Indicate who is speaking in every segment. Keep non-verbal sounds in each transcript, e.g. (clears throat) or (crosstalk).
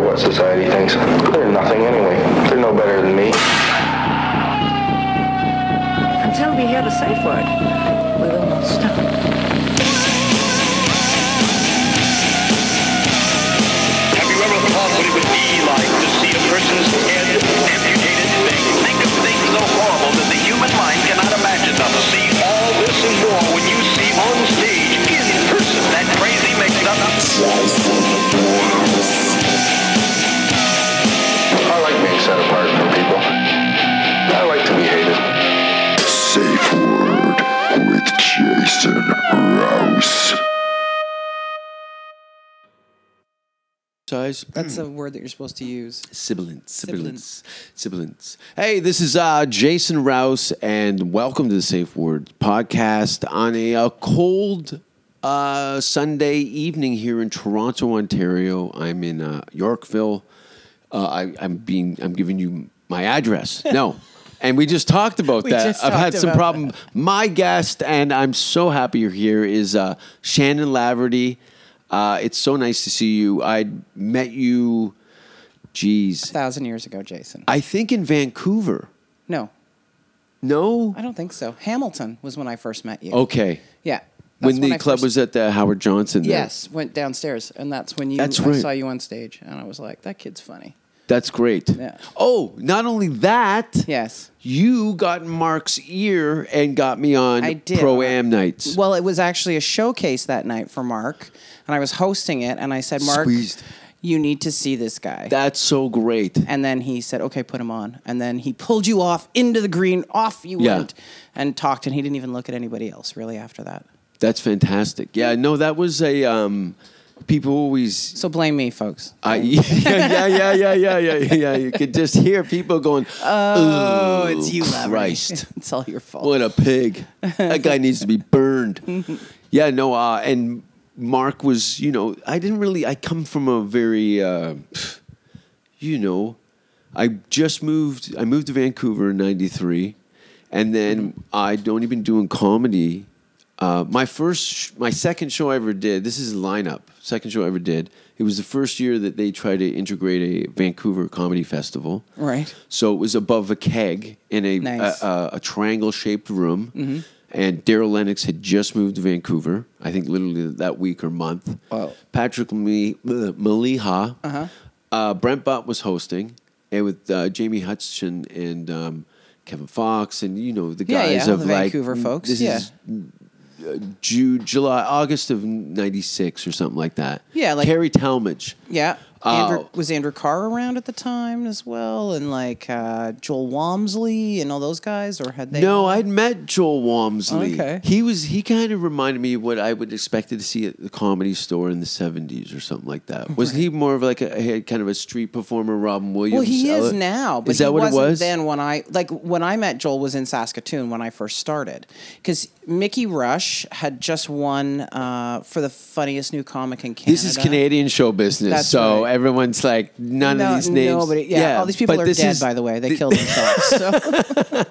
Speaker 1: what society thinks. They're nothing anyway. They're no better than me.
Speaker 2: Until we hear the safe word, we will not stop.
Speaker 3: Have you ever thought what it would be like to see a person's head amputated? Think of things so horrible that the human mind cannot imagine them. See all this and more when you see on stage in person that crazy mix-up.
Speaker 1: I like being set apart from people. I like to be hated.
Speaker 4: Safe Word with Jason Rouse.
Speaker 5: Size.
Speaker 6: That's a word that you're supposed to use.
Speaker 5: Sibilance, sibilance, sibilance. Hey, this is uh, Jason Rouse, and welcome to the Safe Word Podcast on a, uh cold uh, Sunday evening here in Toronto, Ontario. I'm in uh, Yorkville. Uh, I, I'm being. I'm giving you my address.
Speaker 6: (laughs)
Speaker 5: No. And we just talked about
Speaker 6: We
Speaker 5: that.
Speaker 6: just
Speaker 5: I've had
Speaker 6: talked
Speaker 5: some
Speaker 6: about
Speaker 5: problem. My guest, and I'm so happy you're here, is uh, Shannon Laverty. Uh, it's so nice to see you. I met you
Speaker 6: A
Speaker 5: Jeez.
Speaker 6: thousand years ago, Jason.
Speaker 5: I think in Vancouver.
Speaker 6: no,
Speaker 5: No?
Speaker 6: I don't think so. Hamilton was when I first met you.
Speaker 5: Okay.
Speaker 6: Yeah. That's
Speaker 5: When the
Speaker 6: I
Speaker 5: club
Speaker 6: first-
Speaker 5: was at the Howard Johnson. there.
Speaker 6: Yes, went downstairs, and that's when you.
Speaker 5: That's
Speaker 6: I
Speaker 5: right.
Speaker 6: saw you on stage, and I was like, "That kid's funny."
Speaker 5: That's great.
Speaker 6: Yeah.
Speaker 5: Oh, not only that,
Speaker 6: Yes,
Speaker 5: you got Mark's ear and got me on
Speaker 6: I did.
Speaker 5: Pro Am nights.
Speaker 6: Well, it was actually a showcase that night for Mark, and I was hosting it, and I said, "Mark,
Speaker 5: Squeezed.
Speaker 6: you need to see this guy."
Speaker 5: That's so great.
Speaker 6: and then he said, "Okay, put him on." And then he pulled you off into the green. Off you
Speaker 5: Yeah.
Speaker 6: went, and talked, and he didn't even look at anybody else really after that.
Speaker 5: That's fantastic. Yeah, no, that was a um people always
Speaker 6: So blame me, folks.
Speaker 5: I (laughs) yeah, yeah, yeah, yeah, yeah, yeah, yeah. You could just hear people going,
Speaker 6: Oh, it's you, Lavery.
Speaker 5: Christ.
Speaker 6: it's all your fault.
Speaker 5: What a pig. That guy needs to be burned. yeah, no, uh, and Mark was, you know, I didn't really, I come from a very, uh, you know, I just moved, I moved to Vancouver in 93, and then I'd only been doing comedy. Uh, my first, sh- my second show I ever did, this is lineup, second show I ever did. It was the first year that they tried to integrate a Vancouver comedy festival.
Speaker 6: Right.
Speaker 5: So it was above a keg in a
Speaker 6: Nice. Mm-hmm.
Speaker 5: a, a, a triangle shaped room. And Daryl Lennox had just moved to Vancouver. I think literally that week or month.
Speaker 6: Wow.
Speaker 5: Patrick Me- bleh, Maliha. Uh-huh. Brent Butt was hosting, and with uh, Jamie Hutchinson and um, Kevin Fox, and you know the
Speaker 6: Yeah,
Speaker 5: guys
Speaker 6: yeah,
Speaker 5: of
Speaker 6: the
Speaker 5: like mm,
Speaker 6: Vancouver folks,
Speaker 5: This
Speaker 6: yeah.
Speaker 5: is uh, Ju- July, August of '96 or something like that.
Speaker 6: Yeah, like-
Speaker 5: Terry Talmadge.
Speaker 6: Yeah.
Speaker 5: Oh.
Speaker 6: Andrew, was Andrew Carr around at the time as well, and like uh, Joel Walmsley and all those guys, or had they?
Speaker 5: No, I'd met Joel Walmsley.
Speaker 6: Oh, Okay.
Speaker 5: He was he kind of reminded me of what I would expected to see at the comedy store in the seventies or something like that. Wasn't he more of like a he had kind of a street performer, Robin Williams?
Speaker 6: Well, he
Speaker 5: Uh,
Speaker 6: is now, but
Speaker 5: is that
Speaker 6: he
Speaker 5: what
Speaker 6: wasn't
Speaker 5: it was?
Speaker 6: then when I like when I met Joel was in Saskatoon when I first started because Mickey Rush had just won uh, for the funniest new comic in Canada.
Speaker 5: this is Canadian show business,
Speaker 6: That's
Speaker 5: so
Speaker 6: right.
Speaker 5: everyone's like none
Speaker 6: No,
Speaker 5: of these names.
Speaker 6: nobody- yeah, all these people
Speaker 5: but
Speaker 6: are
Speaker 5: this
Speaker 6: dead.
Speaker 5: is-
Speaker 6: by the way, they killed
Speaker 5: (laughs)
Speaker 6: themselves. So.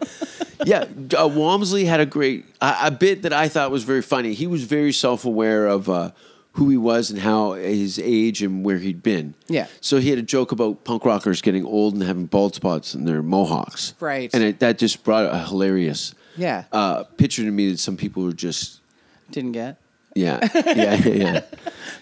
Speaker 5: yeah, uh, Walmsley had a great a, a bit that I thought was very funny. He was very self aware of uh, who he was and how his age and where he'd been.
Speaker 6: Yeah.
Speaker 5: So he had a joke about punk rockers getting old and having bald spots in their mohawks.
Speaker 6: Right.
Speaker 5: And it, that just brought a hilarious
Speaker 6: Yeah.
Speaker 5: uh, picture to me that some people were just
Speaker 6: Didn't get.
Speaker 5: yeah yeah yeah
Speaker 6: (laughs)
Speaker 5: yeah.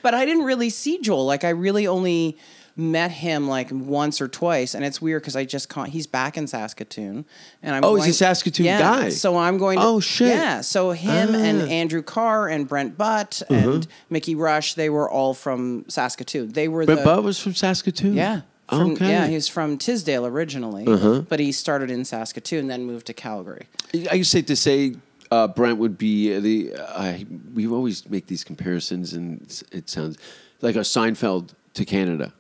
Speaker 6: But I didn't really see Joel. Like I really only met him like once or twice, and it's weird because I just can't. He's back in Saskatoon, and I'm
Speaker 5: Oh, he's
Speaker 6: going,
Speaker 5: a Saskatoon
Speaker 6: yeah,
Speaker 5: guy.
Speaker 6: So I'm going. To,
Speaker 5: Oh, shit. Ah.
Speaker 6: Yeah. So him and Andrew Carr and Brent Butt
Speaker 5: Mm-hmm.
Speaker 6: and Mickey Rush, they were all from Saskatoon. They were
Speaker 5: Brett
Speaker 6: the
Speaker 5: Butt was from Saskatoon.
Speaker 6: yeah. From,
Speaker 5: okay. Uh-huh.
Speaker 6: Yeah, he's from Tisdale originally, but he started in Saskatoon, then moved to Calgary.
Speaker 5: I used to say uh, Brent would be the. uh, I we always make these comparisons, and it's- it sounds like a Seinfeld to Canada.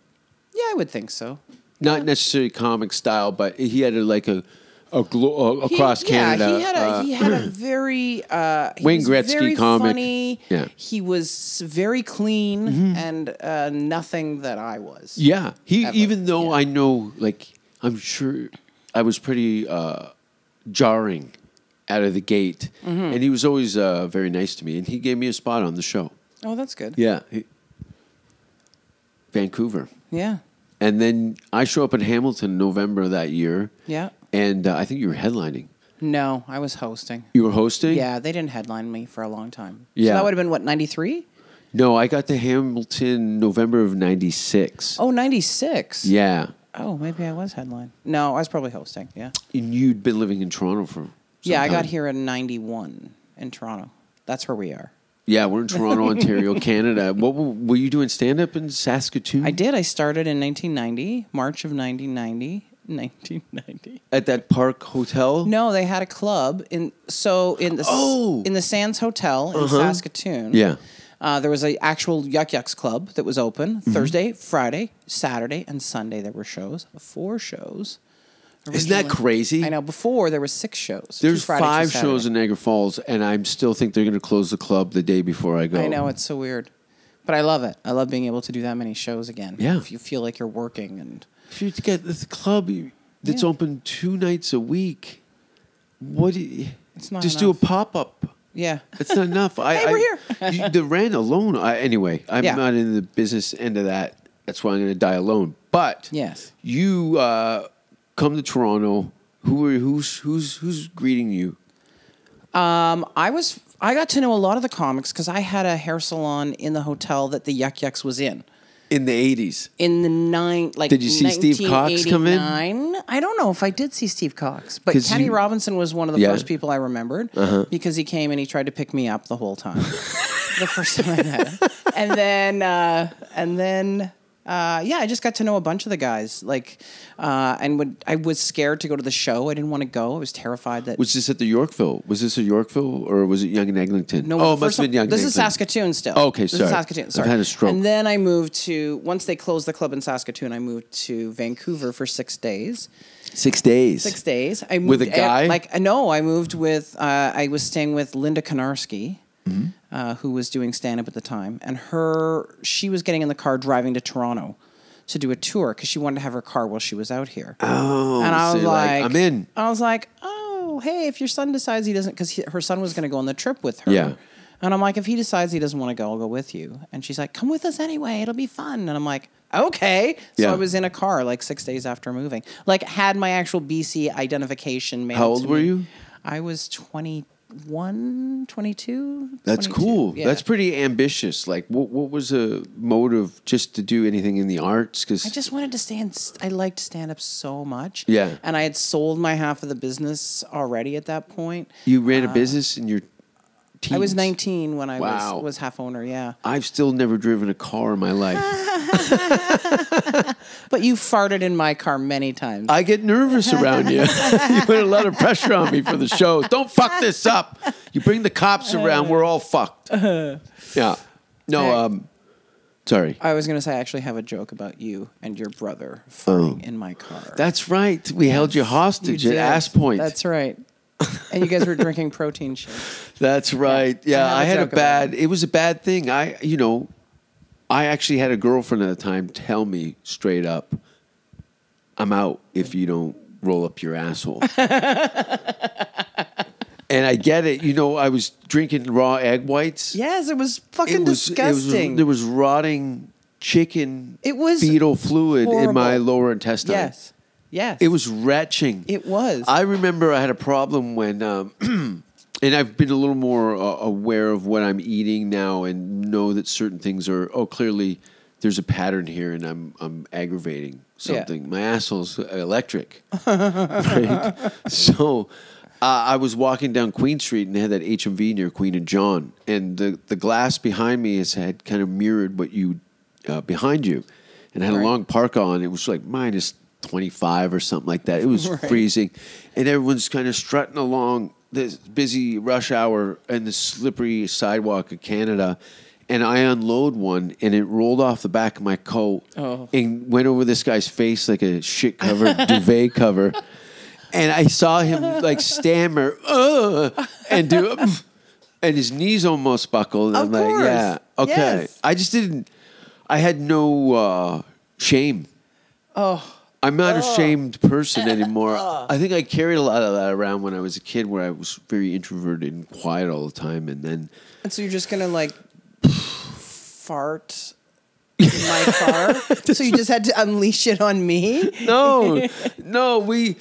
Speaker 6: Yeah, I would think so.
Speaker 5: Not necessarily comic style, but he had a, like a, a, glo- a
Speaker 6: He-
Speaker 5: across Canada.
Speaker 6: Yeah, he had a
Speaker 5: uh,
Speaker 6: he
Speaker 5: (clears throat)
Speaker 6: had a very uh, he
Speaker 5: Wayne
Speaker 6: was
Speaker 5: Gretzky
Speaker 6: very
Speaker 5: comic.
Speaker 6: Funny.
Speaker 5: Yeah. Mm-hmm.
Speaker 6: he was very clean and uh, nothing that I was.
Speaker 5: Yeah, he
Speaker 6: Ever,
Speaker 5: even though
Speaker 6: yeah.
Speaker 5: I know, like, I'm sure I was pretty uh, jarring out of the gate,
Speaker 6: Mm-hmm.
Speaker 5: and he was always uh, very nice to me, and he gave me a spot on the show.
Speaker 6: Oh, that's good.
Speaker 5: Yeah, he- Vancouver.
Speaker 6: Yeah.
Speaker 5: And then I show up in Hamilton November that year.
Speaker 6: Yeah.
Speaker 5: And uh, I think you were headlining.
Speaker 6: No, I was hosting.
Speaker 5: You were hosting?
Speaker 6: Yeah, they didn't headline me for a long time.
Speaker 5: Yeah.
Speaker 6: So that would have been what, 93?
Speaker 5: No, I got to Hamilton November of 96.
Speaker 6: Oh, 96.
Speaker 5: Yeah.
Speaker 6: Oh, maybe I was headline. No, I was probably hosting. Yeah.
Speaker 5: And you'd been living in Toronto for. some
Speaker 6: yeah, I got
Speaker 5: time.
Speaker 6: here in 91 in Toronto. That's where we are.
Speaker 5: Yeah, we're in
Speaker 6: (laughs)
Speaker 5: Toronto, Ontario, Canada. What were, were you doing stand up in Saskatoon?
Speaker 6: I did. I started in 1990, March of (laughs) 1990. 1990.
Speaker 5: At that Park Hotel?
Speaker 6: No, they had a club in so in the s-
Speaker 5: Oh! Uh-huh.
Speaker 6: in the Sands Hotel in Saskatoon.
Speaker 5: Yeah.
Speaker 6: Uh, there was an actual Yuck Yucks club that was open
Speaker 5: Mm-hmm.
Speaker 6: Thursday, Friday, Saturday, and Sunday. There were shows, four shows.
Speaker 5: Isn't that
Speaker 6: originally.
Speaker 5: crazy?
Speaker 6: I know. Before there were six shows. two
Speaker 5: There's
Speaker 6: Friday, two
Speaker 5: five shows
Speaker 6: Saturday.
Speaker 5: in Niagara Falls, and I am still think they're going to close the club the day before I go.
Speaker 6: I know it's so weird, but I love it. I love being able to do that many shows again.
Speaker 5: Yeah.
Speaker 6: if you feel like you're working and
Speaker 5: If you get this club you- that's
Speaker 6: Yeah.
Speaker 5: open two nights a week, what? Do you,
Speaker 6: It's not
Speaker 5: just
Speaker 6: enough.
Speaker 5: do a pop up.
Speaker 6: yeah,
Speaker 5: It's not
Speaker 6: (laughs)
Speaker 5: enough. I,
Speaker 6: Hey, we're
Speaker 5: I- (laughs) you- the rent alone. I, anyway, I'm
Speaker 6: Yeah.
Speaker 5: not in the business end of that. That's why I'm going to die alone. But
Speaker 6: Yes.
Speaker 5: you uh, come to Toronto. Who are who's who's who's greeting you?
Speaker 6: I was I got to know a lot of the comics because I had a hair salon in the hotel that the Yuck Yucks was in.
Speaker 5: In the eighties,
Speaker 6: In the nine, like
Speaker 5: Did you see Steve Cox come in?
Speaker 6: 1989? I don't know if I did see Steve Cox, but
Speaker 5: 'Cause
Speaker 6: Kenny
Speaker 5: you-
Speaker 6: Robinson was one of the
Speaker 5: Yeah. Uh-huh.
Speaker 6: first people I remembered because he came and he tried to pick me up the
Speaker 5: (laughs)
Speaker 6: whole time. the first time I met him, and then uh, and then. Uh, yeah, I just got to know a bunch of the guys, like, uh, and would I was scared to go to the show. I didn't want to go. I was terrified that
Speaker 5: was this at the Yorkville? Was this a Yorkville or was it Young and Eglinton? oh,
Speaker 6: No, well,
Speaker 5: it must
Speaker 6: first
Speaker 5: have been Young. and
Speaker 6: This is
Speaker 5: Eglinton.
Speaker 6: Saskatoon still.
Speaker 5: Okay,
Speaker 6: this
Speaker 5: sorry.
Speaker 6: Is Saskatoon.
Speaker 5: I've
Speaker 6: Sorry.
Speaker 5: had a stroke.
Speaker 6: And then I moved to once they closed the club in Saskatoon, I moved to Vancouver for six days.
Speaker 5: Six days.
Speaker 6: Six days. I moved eh,
Speaker 5: With a guy?
Speaker 6: like uh, no, I moved with. Uh, I was staying with Linda Konarski.
Speaker 5: Mm-hmm.
Speaker 6: Uh, who was doing stand up at the time, and her she was getting in the car driving to Toronto to do a tour because she wanted to have her car while she was out here.
Speaker 5: Oh,
Speaker 6: and I
Speaker 5: so
Speaker 6: was
Speaker 5: you're
Speaker 6: like,
Speaker 5: I'm in.
Speaker 6: I was like, oh, hey, if your son decides he doesn't, because her son was going to go on the trip with her.
Speaker 5: Yeah.
Speaker 6: And I'm like, if he decides he doesn't want to go, I'll go with you. And she's like, come with us anyway. It'll be fun. And I'm like, okay. So
Speaker 5: Yeah.
Speaker 6: I was in a car like six days after moving. Like, had my actual BC identification mailed.
Speaker 5: How old
Speaker 6: to
Speaker 5: were
Speaker 6: me.
Speaker 5: you?
Speaker 6: I was 21, 22.
Speaker 5: That's
Speaker 6: 22.
Speaker 5: cool.
Speaker 6: Yeah.
Speaker 5: That's pretty ambitious. Like, what what was a motive just to do anything in the arts? Because
Speaker 6: I just wanted to stand. I liked stand up so much.
Speaker 5: Yeah.
Speaker 6: And I had sold my half of the business already at that point.
Speaker 5: You ran a business in your teens.
Speaker 6: uh, I was 19 when I
Speaker 5: Wow.
Speaker 6: was was half owner, yeah.
Speaker 5: I've still never driven a car in my
Speaker 6: (laughs)
Speaker 5: life.
Speaker 6: But you farted in my car many times.
Speaker 5: I get nervous around you. (laughs) you put a lot of pressure on me for the shows. Don't fuck this up. You bring the cops around, we're all
Speaker 6: (laughs)
Speaker 5: fucked. Yeah. No,
Speaker 6: Hey.
Speaker 5: um, sorry.
Speaker 6: I was going to say I actually have a joke about you and your brother farting in my car.
Speaker 5: Oh. That's right. We held you
Speaker 6: You
Speaker 5: hostage
Speaker 6: did.
Speaker 5: at Ass Point.
Speaker 6: That's right. and you guys were
Speaker 5: (laughs)
Speaker 6: drinking protein shakes.
Speaker 5: That's right. Yeah, I,
Speaker 6: I have a
Speaker 5: had a
Speaker 6: joke about
Speaker 5: bad. It was a bad thing. I, you know, I actually had a girlfriend at the time tell me straight up, "I'm out if you don't roll up your
Speaker 6: (laughs)
Speaker 5: asshole." and I get it. You know, I was drinking raw egg whites.
Speaker 6: Yes, it was fucking
Speaker 5: it was, It
Speaker 6: disgusting.
Speaker 5: was, there was rotting chicken.
Speaker 6: It was
Speaker 5: fetal fluid in my
Speaker 6: horrible.
Speaker 5: lower intestine.
Speaker 6: yes. Yes.
Speaker 5: It was retching.
Speaker 6: It was.
Speaker 5: I remember I had a problem when, um, (clears throat) and I've been a little more uh, aware of what I'm eating now, and know that certain things are. Oh, clearly, there's a pattern here, and I'm I'm aggravating
Speaker 6: Yeah.
Speaker 5: something. My asshole's electric. (laughs) right? So. Uh, I was walking down Queen Street and they had that HMV near Queen and John, and the, the glass behind me has had kind of mirrored what you uh, behind you, and I had a
Speaker 6: Right.
Speaker 5: long park on. It was like minus 25 or something like that. It was
Speaker 6: (laughs) Right.
Speaker 5: freezing. And everyone's kind of strutting along this busy rush hour and the slippery sidewalk of Canada. And I unload one and it rolled off the back of my coat
Speaker 6: Oh.
Speaker 5: and went over this guy's face like a shit covered duvet cover. And I saw him like stammer, Ugh, and do, (laughs) and his knees almost buckled.
Speaker 6: Of
Speaker 5: I'm like,
Speaker 6: course.
Speaker 5: yeah, okay.
Speaker 6: Yes.
Speaker 5: I just didn't. I had no uh, shame. Oh, I'm not a shamed person
Speaker 6: (laughs)
Speaker 5: anymore. I think I carried a lot of that around when I was a kid, where I was very introverted and quiet all the time, and then (sighs) (laughs)
Speaker 6: and so you're just going to like fart in my car. so you just had to unleash it on me? (laughs)
Speaker 5: no, no, we.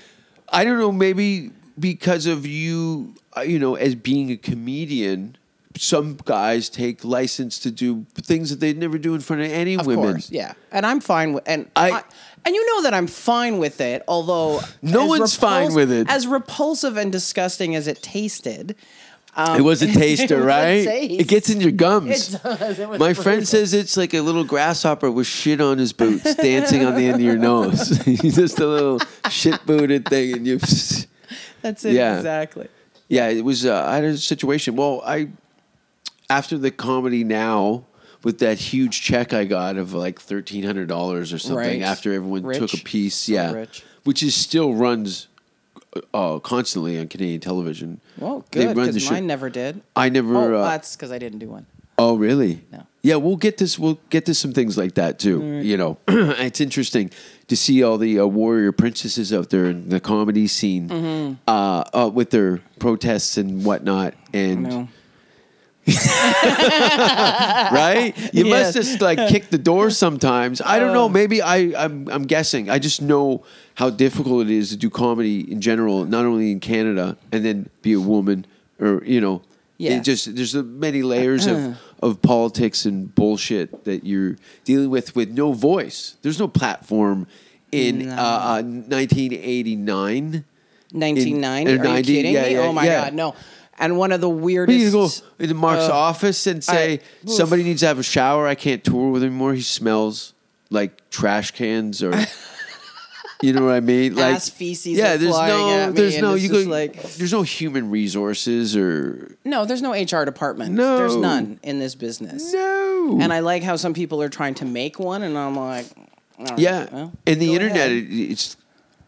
Speaker 5: I don't know. Maybe because of you, uh, you know, as being a comedian, some guys take license to do things that they'd never do in front of any
Speaker 6: Of
Speaker 5: women.
Speaker 6: course, yeah. And I'm fine with and
Speaker 5: I-
Speaker 6: I, and you know that I'm fine with it. Although
Speaker 5: No
Speaker 6: as
Speaker 5: one's fine
Speaker 6: repuls-
Speaker 5: with it.
Speaker 6: As repulsive and disgusting as it tasted, um,
Speaker 5: It was a
Speaker 6: (laughs) It
Speaker 5: taster,
Speaker 6: was a
Speaker 5: right?
Speaker 6: taste.
Speaker 5: It gets in your gums.
Speaker 6: It does. It
Speaker 5: (laughs)
Speaker 6: was
Speaker 5: My friend says it's like a little grasshopper with shit on his boots dancing on the end of your nose. (laughs) Just a little shit booted thing, and you.
Speaker 6: (laughs) that's it
Speaker 5: Yeah.
Speaker 6: exactly.
Speaker 5: Yeah, it was. Uh, I had a situation. Well, I after the comedy now with that huge check I got of like thirteen hundred dollars or something
Speaker 6: Right.
Speaker 5: after everyone
Speaker 6: Rich.
Speaker 5: took a piece.
Speaker 6: So
Speaker 5: yeah,
Speaker 6: rich.
Speaker 5: which is still runs uh, constantly on Canadian television.
Speaker 6: Well,
Speaker 5: They
Speaker 6: good
Speaker 5: run the
Speaker 6: because
Speaker 5: show-
Speaker 6: mine never did.
Speaker 5: I never.
Speaker 6: oh,
Speaker 5: uh,
Speaker 6: that's because I didn't do one.
Speaker 5: Oh, really?
Speaker 6: No.
Speaker 5: Yeah, we'll get this. We'll get to some things like that too. You know, (clears throat) it's interesting to see all the uh, warrior princesses out there in the comedy scene uh, uh, with their protests and whatnot. And
Speaker 6: No. (laughs)
Speaker 5: right, you
Speaker 6: Yes. Uh.
Speaker 5: must just like kick the door sometimes. I don't know. Maybe I, I'm, I'm guessing. I just know how difficult it is to do comedy in general, not only in Canada, and then be a woman, or you know,
Speaker 6: Yeah. Uh-uh.
Speaker 5: it just there's uh, many layers of of politics and bullshit that you're dealing with with no voice. There's no platform in uh, uh, 1989.
Speaker 6: 1990.
Speaker 5: or
Speaker 6: Are
Speaker 5: 90,
Speaker 6: you kidding
Speaker 5: yeah,
Speaker 6: me?
Speaker 5: yeah,
Speaker 6: oh my
Speaker 5: yeah.
Speaker 6: god, no! And one of the
Speaker 5: But you go
Speaker 6: weirdest.
Speaker 5: into Mark's
Speaker 6: uh,
Speaker 5: office and say
Speaker 6: I- oof.
Speaker 5: somebody needs to have a shower. I can't tour with him anymore. He smells like trash cans (laughs) or. You know what I mean? Like
Speaker 6: Ass feces are flying at me
Speaker 5: there's
Speaker 6: and
Speaker 5: no,
Speaker 6: it's
Speaker 5: you go,
Speaker 6: just like-
Speaker 5: there's no human resources or
Speaker 6: No, there's no HR department.
Speaker 5: No.
Speaker 6: there's none in this business.
Speaker 5: no.
Speaker 6: And I like how some people are trying to make one, and I'm like, all right,
Speaker 5: Yeah,
Speaker 6: well,
Speaker 5: and the
Speaker 6: go
Speaker 5: internet,
Speaker 6: ahead.
Speaker 5: it, it's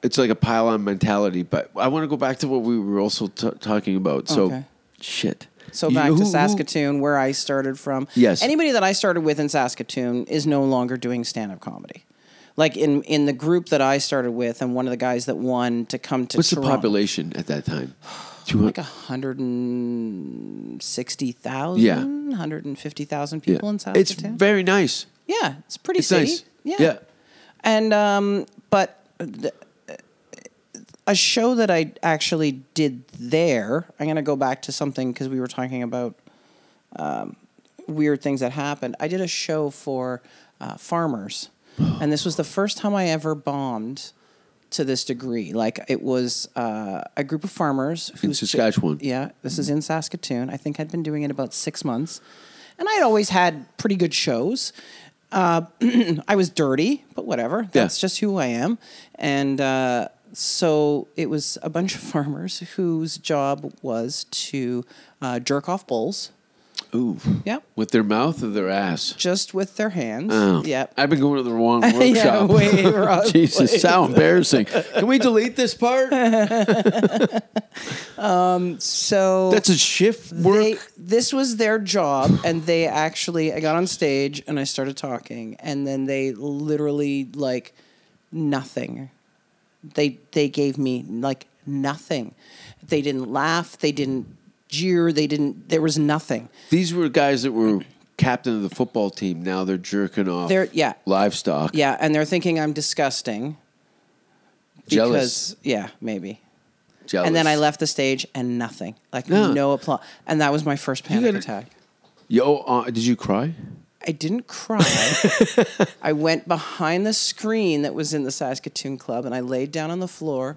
Speaker 5: it's like a pile-on mentality. But I want to go back to what we were also t- talking about. So
Speaker 6: Okay.
Speaker 5: shit.
Speaker 6: So
Speaker 5: You-
Speaker 6: back
Speaker 5: who-
Speaker 6: to
Speaker 5: who-
Speaker 6: Saskatoon, where I started from.
Speaker 5: Yes.
Speaker 6: Anybody that I started with in Saskatoon is no longer doing stand up comedy. Like in, in the group that I started with, and one of the guys that won to come to
Speaker 5: What's the
Speaker 6: Toronto,
Speaker 5: population at that time? Two
Speaker 6: Like
Speaker 5: hundred.
Speaker 6: hundred and sixty thousand,
Speaker 5: Yeah.
Speaker 6: hundred and fifty thousand people in
Speaker 5: it's
Speaker 6: Saskatoon.
Speaker 5: very nice.
Speaker 6: yeah, it's pretty
Speaker 5: It's
Speaker 6: city.
Speaker 5: nice.
Speaker 6: Yeah.
Speaker 5: Yeah.
Speaker 6: And um, but th- a show that I actually did there. I'm gonna go back to something because we were talking about um, weird things that happened. I did a show for uh, farmers, and this was the first time I ever bombed to this degree. Like it was uh, a group of farmers who
Speaker 5: Saskatchewan.
Speaker 6: yeah, this is in Saskatoon. I think I'd been doing it about six months, and I'd always had pretty good shows. Uh, I was dirty, but whatever. That's just who I am. And uh, so it was a bunch of (laughs) farmers whose job was to uh, jerk off bulls.
Speaker 5: Ooh.
Speaker 6: Yep.
Speaker 5: With their mouth or their ass.
Speaker 6: Just with their hands.
Speaker 5: Oh.
Speaker 6: Yep. (laughs)
Speaker 5: I've been going to the wrong workshop. (laughs)
Speaker 6: yeah, way wrong
Speaker 5: Jesus,
Speaker 6: place.
Speaker 5: how embarrassing. Can we delete this
Speaker 6: (laughs)
Speaker 5: part?
Speaker 6: So
Speaker 5: That's a shift work.
Speaker 6: They, this was their job, and they actually. I got on stage and I started talking, and then they literally like nothing. They they gave me like nothing. They didn't laugh. They didn't jeer. They didn't. There was nothing.
Speaker 5: These were guys that were captain of the football team. Now they're jerking off
Speaker 6: They're- yeah.
Speaker 5: livestock.
Speaker 6: Yeah, and they're thinking I'm disgusting.
Speaker 5: Jealous.
Speaker 6: Because, yeah, maybe.
Speaker 5: Jealous.
Speaker 6: And then I left the stage and nothing, like
Speaker 5: Yeah.
Speaker 6: no applause. And that was my first panic
Speaker 5: gotta-
Speaker 6: attack.
Speaker 5: Yo, uh, did you cry?
Speaker 6: I
Speaker 5: (laughs)
Speaker 6: didn't cry. I went behind the screen that was in the Saskatoon Club and I laid down on the floor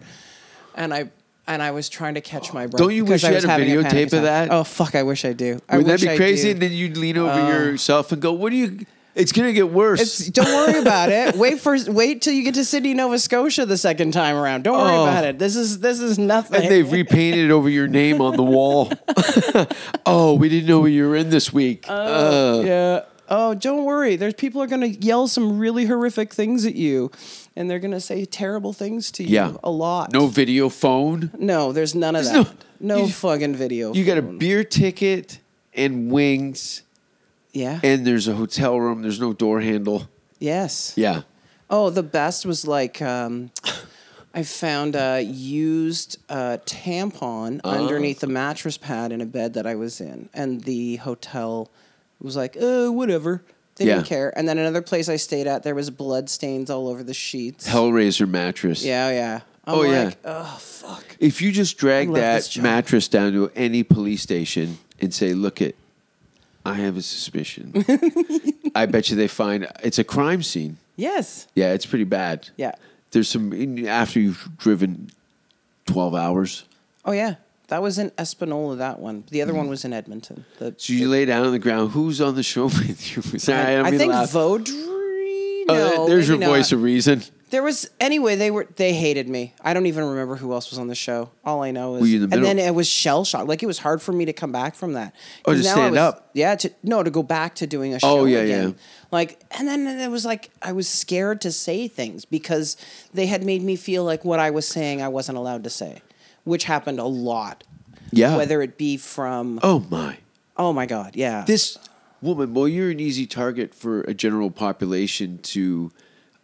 Speaker 6: and I and I was trying to catch my breath.
Speaker 5: Don't you
Speaker 6: because
Speaker 5: wish
Speaker 6: I
Speaker 5: you
Speaker 6: was
Speaker 5: had a
Speaker 6: having
Speaker 5: videotape
Speaker 6: panic
Speaker 5: of
Speaker 6: attack.
Speaker 5: that?
Speaker 6: Oh fuck, I wish I do. I
Speaker 5: Wouldn't
Speaker 6: wish
Speaker 5: that
Speaker 6: I
Speaker 5: be crazy?
Speaker 6: do.
Speaker 5: And then you'd lean over yourself and go, "What do you? It's gonna get worse."
Speaker 6: It's- don't worry about it. (laughs) Wait for wait till you get to Sydney, Nova Scotia the second time around. Don't worry
Speaker 5: Oh.
Speaker 6: about it. This is this is nothing.
Speaker 5: and they've repainted over your name on the wall. (laughs) oh, we didn't know you were in this week. Uh,
Speaker 6: Yeah. Oh, don't worry. There's people are gonna yell some really horrific things at you, and they're gonna say terrible things to you.
Speaker 5: yeah,
Speaker 6: a lot.
Speaker 5: No video phone.
Speaker 6: No, there's none of
Speaker 5: There's
Speaker 6: that. No, fucking video.
Speaker 5: You got a
Speaker 6: phone.
Speaker 5: beer ticket and wings,
Speaker 6: yeah.
Speaker 5: and there's a hotel room. There's no door handle.
Speaker 6: yes.
Speaker 5: Yeah.
Speaker 6: Oh, the best was like um, I found a used uh, tampon
Speaker 5: Uh-huh.
Speaker 6: underneath the mattress pad in a bed that I was in, and the hotel was like, "Oh, whatever." They
Speaker 5: Yeah.
Speaker 6: didn't care. And then another place I stayed at, there was blood stains all over the sheets.
Speaker 5: Hellraiser mattress.
Speaker 6: Yeah, yeah. I'm
Speaker 5: Oh, yeah.
Speaker 6: like, Oh fuck.
Speaker 5: If you just drag
Speaker 6: love this
Speaker 5: that
Speaker 6: job.
Speaker 5: mattress down to any police station and say, "Look it, I have a suspicion,"
Speaker 6: (laughs)
Speaker 5: I bet you they find it's a crime scene.
Speaker 6: Yes.
Speaker 5: Yeah, it's pretty bad.
Speaker 6: Yeah.
Speaker 5: There's some after you've driven twelve hours.
Speaker 6: Oh yeah. That was in Espanola. That one. The
Speaker 5: Mm-hmm.
Speaker 6: other one was in Edmonton. The,
Speaker 5: So you lay down on the ground. Who's on the show (laughs) with you? Sorry, I, don't
Speaker 6: I
Speaker 5: mean to
Speaker 6: think
Speaker 5: laugh.
Speaker 6: Vaudry.
Speaker 5: Oh,
Speaker 6: No,
Speaker 5: there's your
Speaker 6: maybe
Speaker 5: voice
Speaker 6: not.
Speaker 5: of reason.
Speaker 6: There was anyway. They were they hated me. I don't even remember who else was on the show. All I know is,
Speaker 5: Were you in the
Speaker 6: and
Speaker 5: middle?
Speaker 6: then it was shell shock. Like it was hard for me to come back from that.
Speaker 5: Oh,
Speaker 6: 'Cause
Speaker 5: to
Speaker 6: now I
Speaker 5: stand
Speaker 6: was-
Speaker 5: up.
Speaker 6: Yeah, to no, to go back to doing a show.
Speaker 5: Oh, yeah,
Speaker 6: again.
Speaker 5: yeah.
Speaker 6: Like, and then it was like I was scared to say things because they had made me feel like what I was saying I wasn't allowed to say, which happened a lot.
Speaker 5: Yeah.
Speaker 6: Whether it be from oh,
Speaker 5: Oh my.
Speaker 6: my god, yeah,
Speaker 5: this woman, boy, you're an easy target for a general population to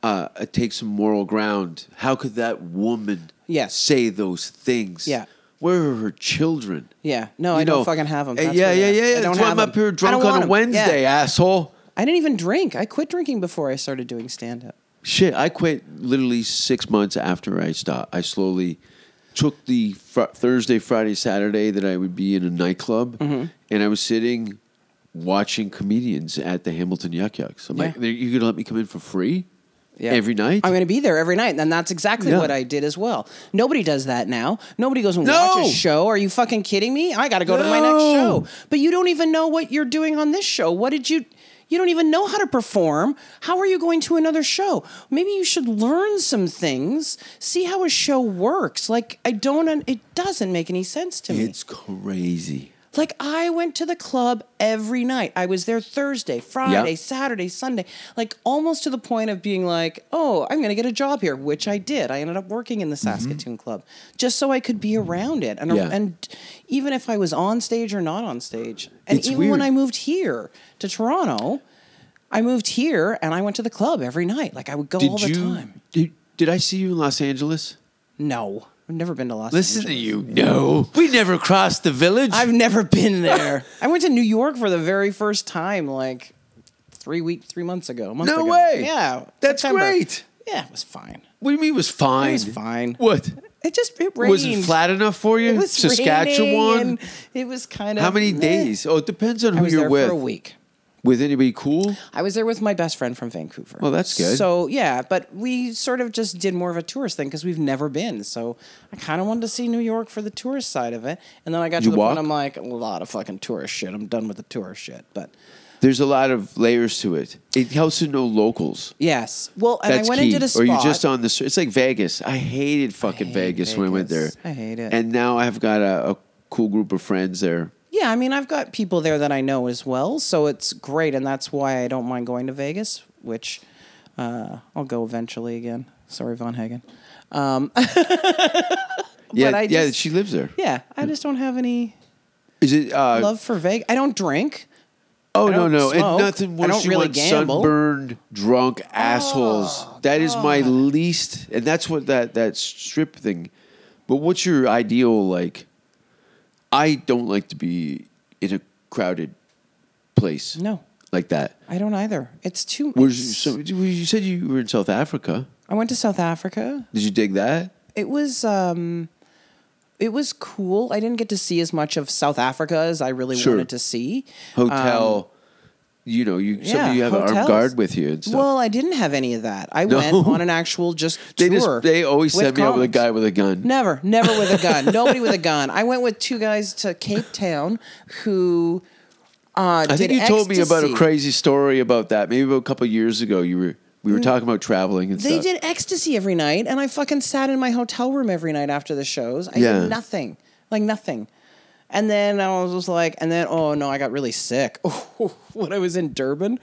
Speaker 5: uh, uh, take some moral ground. How could that woman
Speaker 6: Yes.
Speaker 5: say those things?
Speaker 6: Yeah.
Speaker 5: Where are her children?
Speaker 6: yeah. No, I
Speaker 5: You
Speaker 6: don't
Speaker 5: know,
Speaker 6: fucking have them.
Speaker 5: eh, Yeah, yeah, yeah, yeah. That's why I'm up here drunk on a Wednesday, asshole.
Speaker 6: I didn't even drink. I quit drinking before I started doing stand up.
Speaker 5: Shit, I quit literally six months after I stopped. I slowly took the fr- Thursday, Friday, Saturday that I would be in a nightclub,
Speaker 6: Mm-hmm.
Speaker 5: and I was sitting watching comedians at the Hamilton Yuck Yucks. I'm like,
Speaker 6: Yeah.
Speaker 5: you're gonna let me come in for free every night?
Speaker 6: I'm going to be there every night. And that's exactly
Speaker 5: Yeah.
Speaker 6: what I did as well. Nobody does that now. Nobody goes and
Speaker 5: No!
Speaker 6: watches a show. Are you fucking kidding me? I got to go to my next
Speaker 5: No.
Speaker 6: show. But you don't even know what you're doing on this show. What did you. You don't even know how to perform. How are you going to another show? Maybe you should learn some things, see how a show works. Like I don't un- it doesn't make any sense to me.
Speaker 5: it's crazy.
Speaker 6: Like I went to the club every night. I was there Thursday, Friday,
Speaker 5: Yep.
Speaker 6: Saturday, Sunday, like almost to the point of being like, "Oh, I'm going to get a job here," which I did. I ended up working in the Saskatoon club just so I could be around it, and
Speaker 5: Mm-hmm. Yeah.
Speaker 6: and even if I was on stage or not on stage, and
Speaker 5: It's
Speaker 6: even when
Speaker 5: weird.
Speaker 6: I moved here to Toronto, I moved here and I went to the club every night. Like I would go all the
Speaker 5: you?
Speaker 6: time.
Speaker 5: Did, did I see you in Los Angeles?
Speaker 6: No, I've never been to Los.
Speaker 5: Listen to
Speaker 6: Angeles.
Speaker 5: you. No, we never crossed the village.
Speaker 6: I've never been there. (laughs) I went to New York for the very first time, like three week, three months ago. a month
Speaker 5: No
Speaker 6: ago.
Speaker 5: way.
Speaker 6: Yeah,
Speaker 5: That's
Speaker 6: September.
Speaker 5: great.
Speaker 6: Yeah, it was fine.
Speaker 5: what do you mean it was fine?
Speaker 6: It was fine.
Speaker 5: What?
Speaker 6: It just it rained.
Speaker 5: Was it flat enough for you?
Speaker 6: It was
Speaker 5: Saskatchewan.
Speaker 6: raining and It was kind of
Speaker 5: How many
Speaker 6: meh.
Speaker 5: days? Oh, it depends on
Speaker 6: I
Speaker 5: who
Speaker 6: was
Speaker 5: you're
Speaker 6: there
Speaker 5: with.
Speaker 6: for a week.
Speaker 5: With anybody cool?
Speaker 6: I was there with my best friend from Vancouver.
Speaker 5: Well, that's good.
Speaker 6: So yeah, but we sort of just did more of a tourist thing because we've never been. So I kind of wanted to see New York for the tourist side of it, and then I got
Speaker 5: You
Speaker 6: to the
Speaker 5: walk?
Speaker 6: point I'm like, a lot of fucking tourist shit. I'm done with the tourist shit. But
Speaker 5: There's a lot of layers to it. It helps to know locals.
Speaker 6: Yes. Well, and
Speaker 5: That's
Speaker 6: I went
Speaker 5: key.
Speaker 6: into the spot.
Speaker 5: Or you just on the. sur- It's like Vegas. I hated fucking
Speaker 6: hate
Speaker 5: Vegas, when I went there.
Speaker 6: Vegas. I hate it.
Speaker 5: And now I've got a, a cool group of friends there.
Speaker 6: yeah, I mean, I've got people there that I know as well, so it's great, and that's why I don't mind going to Vegas, which uh, I'll go eventually again. Sorry, Von Hagen.
Speaker 5: Yeah,
Speaker 6: I
Speaker 5: yeah.
Speaker 6: just-
Speaker 5: She lives there.
Speaker 6: Yeah, I just don't have any
Speaker 5: Is it? Uh,
Speaker 6: love for Vegas. I don't drink.
Speaker 5: oh
Speaker 6: I
Speaker 5: no,
Speaker 6: don't
Speaker 5: no.
Speaker 6: smoke.
Speaker 5: And nothing
Speaker 6: I
Speaker 5: worse.
Speaker 6: don't
Speaker 5: you
Speaker 6: really
Speaker 5: want
Speaker 6: gamble. Oh,
Speaker 5: sunburned, drunk assholes. That is my least, and that's what that that strip thing. But what's your ideal like? I don't like to be in a crowded place.
Speaker 6: No.
Speaker 5: like that.
Speaker 6: I don't either. It's too.
Speaker 5: Was
Speaker 6: it's-
Speaker 5: so you said you were in South Africa?
Speaker 6: I went to South Africa.
Speaker 5: Did you dig that?
Speaker 6: It was. um it was cool. I didn't get to see as much of South Africa as I really
Speaker 5: Sure.
Speaker 6: wanted to see. Um,
Speaker 5: Hotel, you know, you some of you have an armed
Speaker 6: hotels.
Speaker 5: guard with you and stuff.
Speaker 6: Well, I didn't have any of that.
Speaker 5: (laughs)
Speaker 6: I went on an actual just
Speaker 5: they
Speaker 6: tour.
Speaker 5: just they always
Speaker 6: with
Speaker 5: send me out with a
Speaker 6: comics.
Speaker 5: guy with a gun.
Speaker 6: Never, never with a gun. Nobody with a gun. I went with two guys to Cape Town who uh,
Speaker 5: I think you
Speaker 6: did
Speaker 5: told me about a
Speaker 6: ecstasy.
Speaker 5: crazy story about that. Maybe about a couple of years ago, you were we were talking about traveling and
Speaker 6: Mm. They
Speaker 5: stuff.
Speaker 6: did ecstasy every night, and I fucking sat in my hotel room every night after the shows. I
Speaker 5: Yeah.
Speaker 6: did nothing, like nothing. And then I was just like, and then oh no, I got really sick. (laughs) when I was in Durban,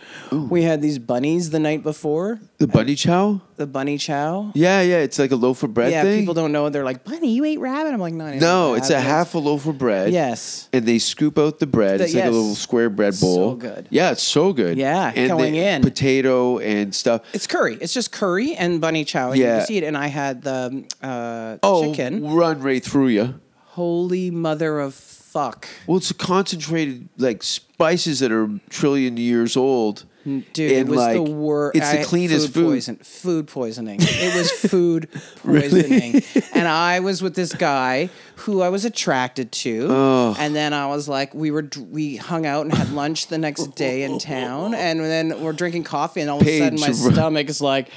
Speaker 6: we had these bunnies the night before,
Speaker 5: the bunny chow.
Speaker 6: the bunny chow.
Speaker 5: Yeah, yeah, it's like a loaf of bread
Speaker 6: yeah,
Speaker 5: thing.
Speaker 6: people don't know. They're like, Bunny, you ate rabbit. I'm like, no, I didn't
Speaker 5: No,
Speaker 6: eat
Speaker 5: it's a
Speaker 6: rabbit."
Speaker 5: half a loaf of bread.
Speaker 6: Yes.
Speaker 5: And they scoop out the bread.
Speaker 6: The-
Speaker 5: it's like
Speaker 6: yes.
Speaker 5: a little square bread
Speaker 6: So
Speaker 5: bowl.
Speaker 6: good.
Speaker 5: Yeah, it's so good.
Speaker 6: Yeah,
Speaker 5: and
Speaker 6: going
Speaker 5: they-
Speaker 6: in.
Speaker 5: potato and stuff.
Speaker 6: It's curry. It's just curry and bunny chow. And
Speaker 5: Yeah.
Speaker 6: you just eat it. And I had the um, uh,
Speaker 5: oh,
Speaker 6: chicken.
Speaker 5: run right through you.
Speaker 6: Holy mother of fuck.
Speaker 5: Well, it's a concentrated like spices that are a trillion years old.
Speaker 6: Mm, Dude, it
Speaker 5: And,
Speaker 6: was the
Speaker 5: like,
Speaker 6: worst.
Speaker 5: it's the cleanest
Speaker 6: food,
Speaker 5: food.
Speaker 6: Poison, food poisoning. It
Speaker 5: (laughs)
Speaker 6: was food poisoning. and I was with this guy who I was attracted to, and then I was like, we were we hung out and had lunch the next day in town, and then we're drinking coffee, and all
Speaker 5: Paige,
Speaker 6: of a sudden my
Speaker 5: right.
Speaker 6: stomach is like,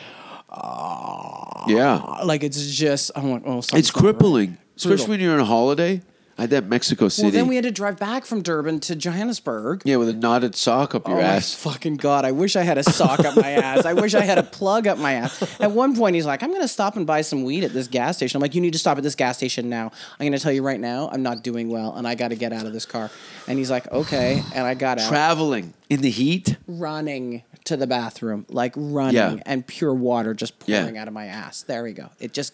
Speaker 6: ah,
Speaker 5: yeah.
Speaker 6: like it's just I'm like, oh, something's
Speaker 5: It's
Speaker 6: not right.
Speaker 5: crippling, especially
Speaker 6: Brutal.
Speaker 5: when you're on a holiday. I had that Mexico City.
Speaker 6: Well, then we had to drive back from Durban to Johannesburg.
Speaker 5: yeah, with a knotted sock up your
Speaker 6: oh
Speaker 5: ass.
Speaker 6: my fucking god! I wish I had a sock up my ass. I wish I had a plug up my ass. At one point, he's like, "I'm gonna stop and buy some weed at this gas station." I'm like, "You need to stop at this gas station now." I'm gonna tell you right now, I'm not doing well, and I got to get out of this car. And he's like, "Okay," and I got out,
Speaker 5: Traveling in the heat.
Speaker 6: running to the bathroom, like running,
Speaker 5: Yeah.
Speaker 6: and pure water just
Speaker 5: Yeah.
Speaker 6: pouring out of my ass. There we go. It just,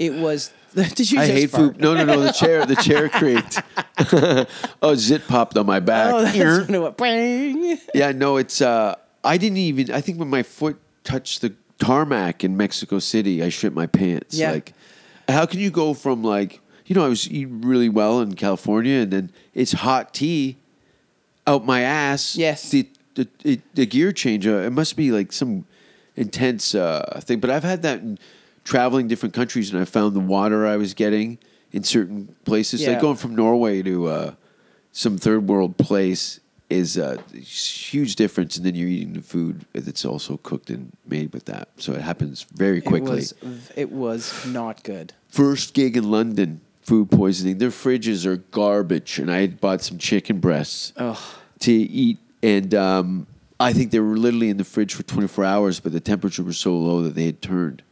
Speaker 6: it was. (laughs) Did you?
Speaker 5: I
Speaker 6: just
Speaker 5: hate
Speaker 6: fart?
Speaker 5: food. No, no, no. The chair,
Speaker 6: (laughs)
Speaker 5: the chair creaked. (laughs) oh, zit popped on my back.
Speaker 6: Oh, (laughs) that's
Speaker 5: Ear.
Speaker 6: what it went. Bang.
Speaker 5: Yeah, no, it's. Uh, I didn't even. I think when my foot touched the tarmac in Mexico City, I shit my pants.
Speaker 6: Yeah.
Speaker 5: Like, how can you go from like, you know, I was eating really well in California, and then it's hot tea out my ass.
Speaker 6: Yes.
Speaker 5: The the, it, the gear change. Uh, it must be like some intense uh, thing. But I've had that in traveling different countries, and I found the water I was getting in certain places,
Speaker 6: Yeah.
Speaker 5: like going from Norway to. Uh, some third world place is a huge difference, and then you're eating the food that's also cooked and made with that. So it happens very quickly.
Speaker 6: It was, it was not good.
Speaker 5: First gig in London, food poisoning. Their fridges are garbage, and I had bought some chicken breasts to eat, and um, I think they were literally in the fridge for 24 hours, but the temperature was so low that they had turned.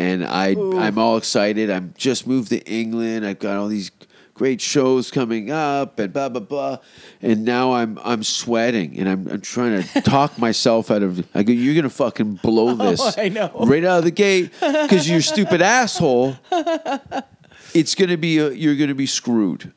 Speaker 5: And I, I'm all excited. I'm just moved to England. I've got all these great shows coming up, and blah blah blah. And now I'm I'm sweating, and I'm I'm trying to talk (laughs) myself out of. I go, you're gonna fucking blow
Speaker 6: (laughs)
Speaker 5: this.
Speaker 6: Oh, I know.
Speaker 5: Right out of the gate, because you stupid asshole it's gonna be a, you're gonna be screwed.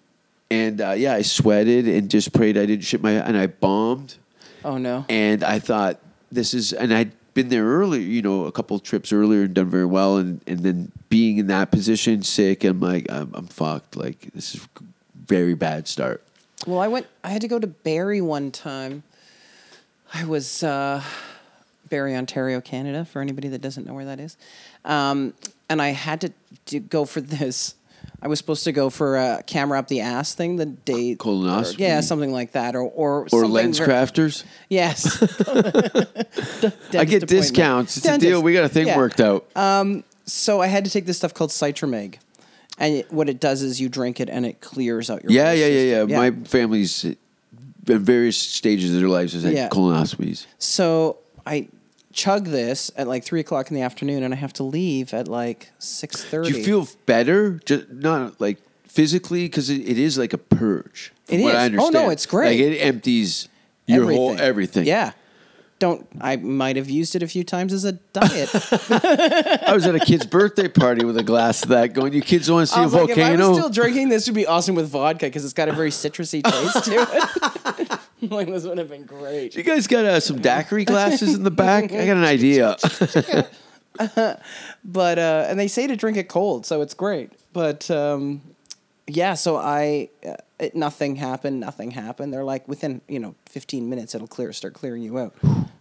Speaker 5: And uh, yeah, I sweated and just prayed I didn't shit my and I bombed.
Speaker 6: Oh no.
Speaker 5: And I thought this is and I'd been there earlier, you know, a couple of trips earlier and done very well, and and then being in that position, sick, I'm like I'm, I'm fucked. Like this is a very bad start.
Speaker 6: Well, I went. I had to go to Barrie one time. I was uh, Barrie, Ontario, Canada. For anybody that doesn't know where that is, um, and I had to do, go for this. I was supposed to go for a camera up the ass thing the day.
Speaker 5: Colonoscopy.
Speaker 6: yeah, something like that, or or
Speaker 5: Or
Speaker 6: something
Speaker 5: lens
Speaker 6: ver-
Speaker 5: crafters.
Speaker 6: Yes.
Speaker 5: (laughs)
Speaker 6: (laughs)
Speaker 5: I get discounts. It's a deal. We got a thing
Speaker 6: worked out.
Speaker 5: worked out.
Speaker 6: so I had to take this stuff called Citrameg. And it, what it does is you drink it and it clears out your
Speaker 5: yeah,
Speaker 6: whole
Speaker 5: yeah, yeah, yeah,
Speaker 6: system.
Speaker 5: My family's in various stages of their lives has had
Speaker 6: Yeah.
Speaker 5: colonoscopies.
Speaker 6: So I chug this at like three o'clock in the afternoon and I have to leave at like six thirty.
Speaker 5: Do you feel better? Just not like physically, because it, it is like a purge. from
Speaker 6: It
Speaker 5: what I
Speaker 6: is. Oh, no,
Speaker 5: understand.
Speaker 6: it's great.
Speaker 5: Like it empties your whole everything.
Speaker 6: Yeah. Don't I might have used it a few times as a diet.
Speaker 5: (laughs) I was at a
Speaker 6: (laughs)
Speaker 5: kid's birthday party with a glass of that, going, "You kids want to see a
Speaker 6: I was like, if I
Speaker 5: volcano?"
Speaker 6: was still drinking, this would be awesome with vodka because it's got a very citrusy taste to it. (laughs) I'm like this would have been
Speaker 5: (laughs)
Speaker 6: great.
Speaker 5: you guys got uh, some daiquiri glasses in the back? I
Speaker 6: (laughs)
Speaker 5: got an idea.
Speaker 6: but uh, and they say to drink it cold, so it's great. But um, yeah, so I uh, it, nothing happened. Nothing happened. They're like within you know fifteen minutes, it'll clear, start clearing
Speaker 5: (sighs)
Speaker 6: you out.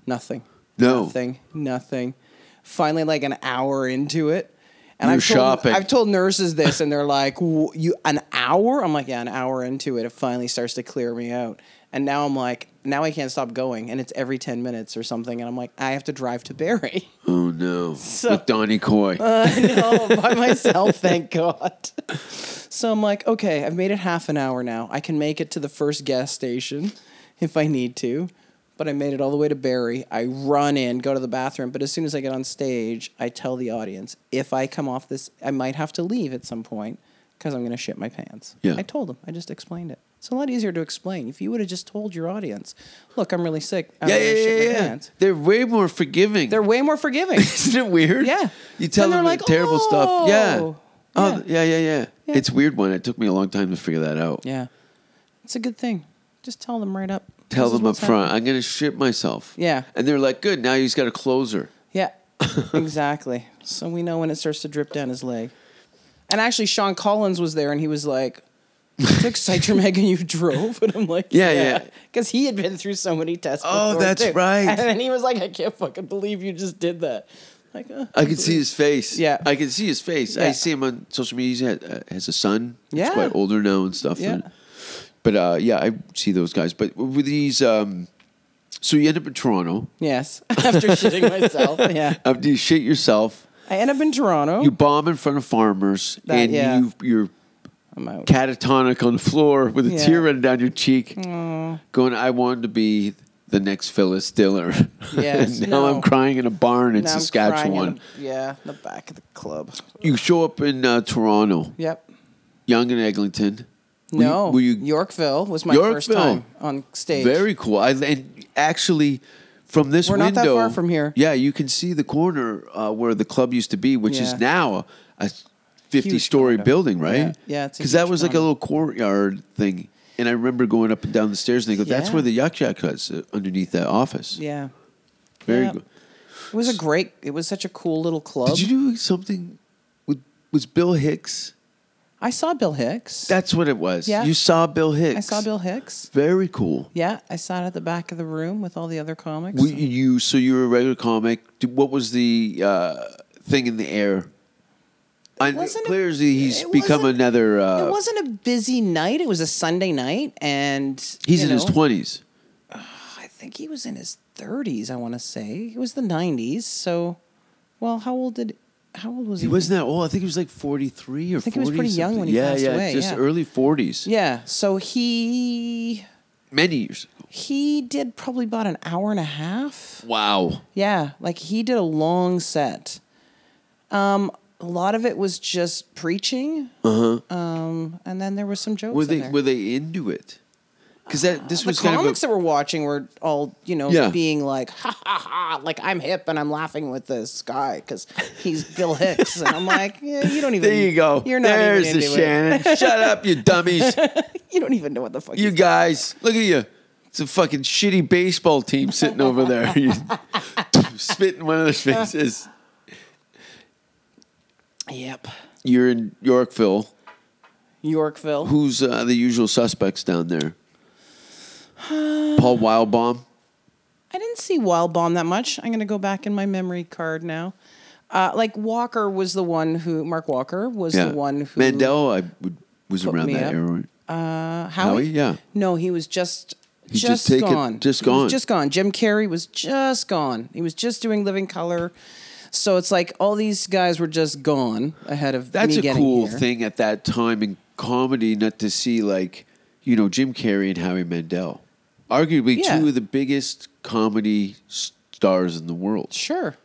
Speaker 6: nothing.
Speaker 5: No.
Speaker 6: Nothing. Nothing. Finally, like an hour into it. And
Speaker 5: You're
Speaker 6: I've
Speaker 5: shopping.
Speaker 6: Told, I've told nurses this, and they're like, "W- "You an hour?" I'm like, "Yeah, an hour into it, it finally starts to clear me out." And now I'm like, now I can't stop going, and it's every ten minutes or something, and I'm like, I have to drive to Barrie. (laughs)
Speaker 5: oh no! With Donnie Coy,
Speaker 6: Uh, no, by myself, thank God. So I'm like, okay, I've made it half an hour now. I can make it to the first gas station if I need to. But I made it all the way to Barry. I run in, go to the bathroom. But as soon as I get on stage, I tell the audience if I come off this, I might have to leave at some point because I'm going to shit my pants.
Speaker 5: Yeah.
Speaker 6: I told them. I just explained it. It's a lot easier to explain if you would have just told your audience, "Look, I'm really sick. I'm
Speaker 5: yeah, yeah,
Speaker 6: gonna shit
Speaker 5: yeah,
Speaker 6: my
Speaker 5: yeah.
Speaker 6: pants."
Speaker 5: They're way more forgiving.
Speaker 6: They're way more
Speaker 5: (laughs)
Speaker 6: forgiving.
Speaker 5: Isn't it weird?
Speaker 6: Yeah.
Speaker 5: You tell
Speaker 6: And they're
Speaker 5: them
Speaker 6: like,
Speaker 5: terrible stuff. Yeah.
Speaker 6: "Oh."
Speaker 5: Oh, yeah, yeah, yeah. It's a weird one. It took me a long time to figure that out.
Speaker 6: Yeah. It's a good thing. Just tell them right up.
Speaker 5: Tell
Speaker 6: This is
Speaker 5: them up
Speaker 6: what's
Speaker 5: front,
Speaker 6: happening.
Speaker 5: I'm going to shit myself.
Speaker 6: Yeah.
Speaker 5: And they're like, good, now he's got a closer.
Speaker 6: Yeah. exactly. (laughs) So we know when it starts to drip down his leg. And actually Sean Collins was there and he was like took Citromeg and you drove, (laughs) and I'm like,
Speaker 5: Yeah, yeah.
Speaker 6: because he had been through so many tests.
Speaker 5: Oh,
Speaker 6: before,
Speaker 5: that's
Speaker 6: too.
Speaker 5: right.
Speaker 6: And then he was like, I can't fucking believe you just did that. Like, uh,
Speaker 5: I can see his face.
Speaker 6: Yeah.
Speaker 5: I can see his face.
Speaker 6: Yeah.
Speaker 5: I see him on social media. He has, uh, has a son.
Speaker 6: Yeah.
Speaker 5: He's quite older now and stuff.
Speaker 6: Yeah.
Speaker 5: And- but uh, yeah, I see those guys. But with these, um, so you end up in Toronto.
Speaker 6: yes, (laughs) after shitting myself.
Speaker 5: (laughs)
Speaker 6: Yeah,
Speaker 5: After you shit yourself,
Speaker 6: I end up in Toronto.
Speaker 5: you bomb in front of farmers,
Speaker 6: That-
Speaker 5: and
Speaker 6: yeah.
Speaker 5: you, you're
Speaker 6: I'm out.
Speaker 5: catatonic on the floor with a
Speaker 6: Yeah.
Speaker 5: tear running down your cheek, going, I wanted to be the next Phyllis Diller. (laughs)
Speaker 6: Yes,
Speaker 5: now
Speaker 6: no.
Speaker 5: I'm crying in a barn in
Speaker 6: Now I'm crying
Speaker 5: Saskatchewan.
Speaker 6: in the- yeah, in the back of the club.
Speaker 5: You show up in uh, Toronto,
Speaker 6: Yep.
Speaker 5: Young and Eglinton. Were you-
Speaker 6: No,
Speaker 5: were you-
Speaker 6: Yorkville was my first
Speaker 5: Yorkville.
Speaker 6: time on stage.
Speaker 5: Very cool. I, and actually, from this
Speaker 6: We're not
Speaker 5: window,
Speaker 6: that far from here.
Speaker 5: Yeah, you can see the corner uh, where the club used to be, which
Speaker 6: Yeah.
Speaker 5: is now a fifty-story
Speaker 6: condo.
Speaker 5: building, right?
Speaker 6: Yeah. Yeah, it's a
Speaker 5: because that
Speaker 6: huge
Speaker 5: was like a
Speaker 6: condo.
Speaker 5: little courtyard thing. And I remember going up and down the stairs, and they go, "That's
Speaker 6: Yeah.
Speaker 5: where the yuck yuck is uh, underneath that office."
Speaker 6: Yeah.
Speaker 5: Very
Speaker 6: Yeah.
Speaker 5: good.
Speaker 6: It was a great. It was such a cool little club.
Speaker 5: Did you do something with was Bill Hicks?
Speaker 6: I saw Bill Hicks.
Speaker 5: That's what it was.
Speaker 6: Yeah.
Speaker 5: You saw Bill Hicks.
Speaker 6: I saw Bill Hicks.
Speaker 5: Very cool.
Speaker 6: Yeah, I saw it at the back of the room with all the other comics.
Speaker 5: We, you so you were a regular comic. D- What was the uh, thing in the air? I,
Speaker 6: wasn't a-
Speaker 5: clear as he's
Speaker 6: it
Speaker 5: become
Speaker 6: wasn't-
Speaker 5: another. Uh,
Speaker 6: it wasn't a busy night. It was a Sunday night, and
Speaker 5: he's
Speaker 6: you
Speaker 5: in his
Speaker 6: know,
Speaker 5: twenties.
Speaker 6: I think he was in his thirties. I want to say it was the nineties. So, well, how old did? How old was he?
Speaker 5: He wasn't that old. I think he was like forty three or. I
Speaker 6: think he was pretty young when he
Speaker 5: yeah,
Speaker 6: passed
Speaker 5: yeah,
Speaker 6: away,
Speaker 5: just
Speaker 6: yeah.
Speaker 5: early forties.
Speaker 6: Yeah. So he
Speaker 5: many years. ago.
Speaker 6: he did probably about an hour and a half.
Speaker 5: Wow.
Speaker 6: Yeah, like he did a long set. Um, a lot of it was just preaching. Uh
Speaker 5: Uh-huh.
Speaker 6: huh. Um, and then there was some jokes.
Speaker 5: Were
Speaker 6: in
Speaker 5: they
Speaker 6: there.
Speaker 5: were they into it? Because that this
Speaker 6: Uh, the
Speaker 5: was kind
Speaker 6: comics
Speaker 5: of.
Speaker 6: that were watching were all you know
Speaker 5: Yeah.
Speaker 6: being like ha ha ha like I'm hip and I'm laughing with this guy because he's Bill Hicks and I'm like yeah, you don't
Speaker 5: A, (laughs)
Speaker 6: even
Speaker 5: there you go.
Speaker 6: you're not
Speaker 5: There's
Speaker 6: even
Speaker 5: the
Speaker 6: into
Speaker 5: Shannon.
Speaker 6: (laughs)
Speaker 5: Shut up, you dummies.
Speaker 6: it you don't even know what the fuck
Speaker 5: You
Speaker 6: he's-
Speaker 5: guys, look at you. It's a fucking shitty baseball team sitting over there. (laughs) You spit in one of those faces.
Speaker 6: yep
Speaker 5: You're in Yorkville.
Speaker 6: Yorkville
Speaker 5: Who's uh, the usual suspects down there? Paul Wildbaum.
Speaker 6: I didn't see Wild Bomb that much. I'm gonna go back in my memory card now. Uh, like Walker was the one who Mark Walker was the one who
Speaker 5: Mandel. I would, was
Speaker 6: put
Speaker 5: around
Speaker 6: me up.
Speaker 5: that era. right?
Speaker 6: uh, Howie?
Speaker 5: Howie, yeah.
Speaker 6: No, he was just
Speaker 5: He's
Speaker 6: just
Speaker 5: just taken-
Speaker 6: gone.
Speaker 5: just
Speaker 6: He was
Speaker 5: gone.
Speaker 6: just gone. Jim Carrey was just gone. He was just doing Living Color. So it's like all these guys were just gone ahead of
Speaker 5: That's
Speaker 6: me
Speaker 5: a
Speaker 6: getting
Speaker 5: cool
Speaker 6: here.
Speaker 5: thing at that time in comedy, not to see like you know Jim Carrey and Howie Mandel, arguably
Speaker 6: Yeah.
Speaker 5: two of the biggest comedy stars in the world.
Speaker 6: Sure.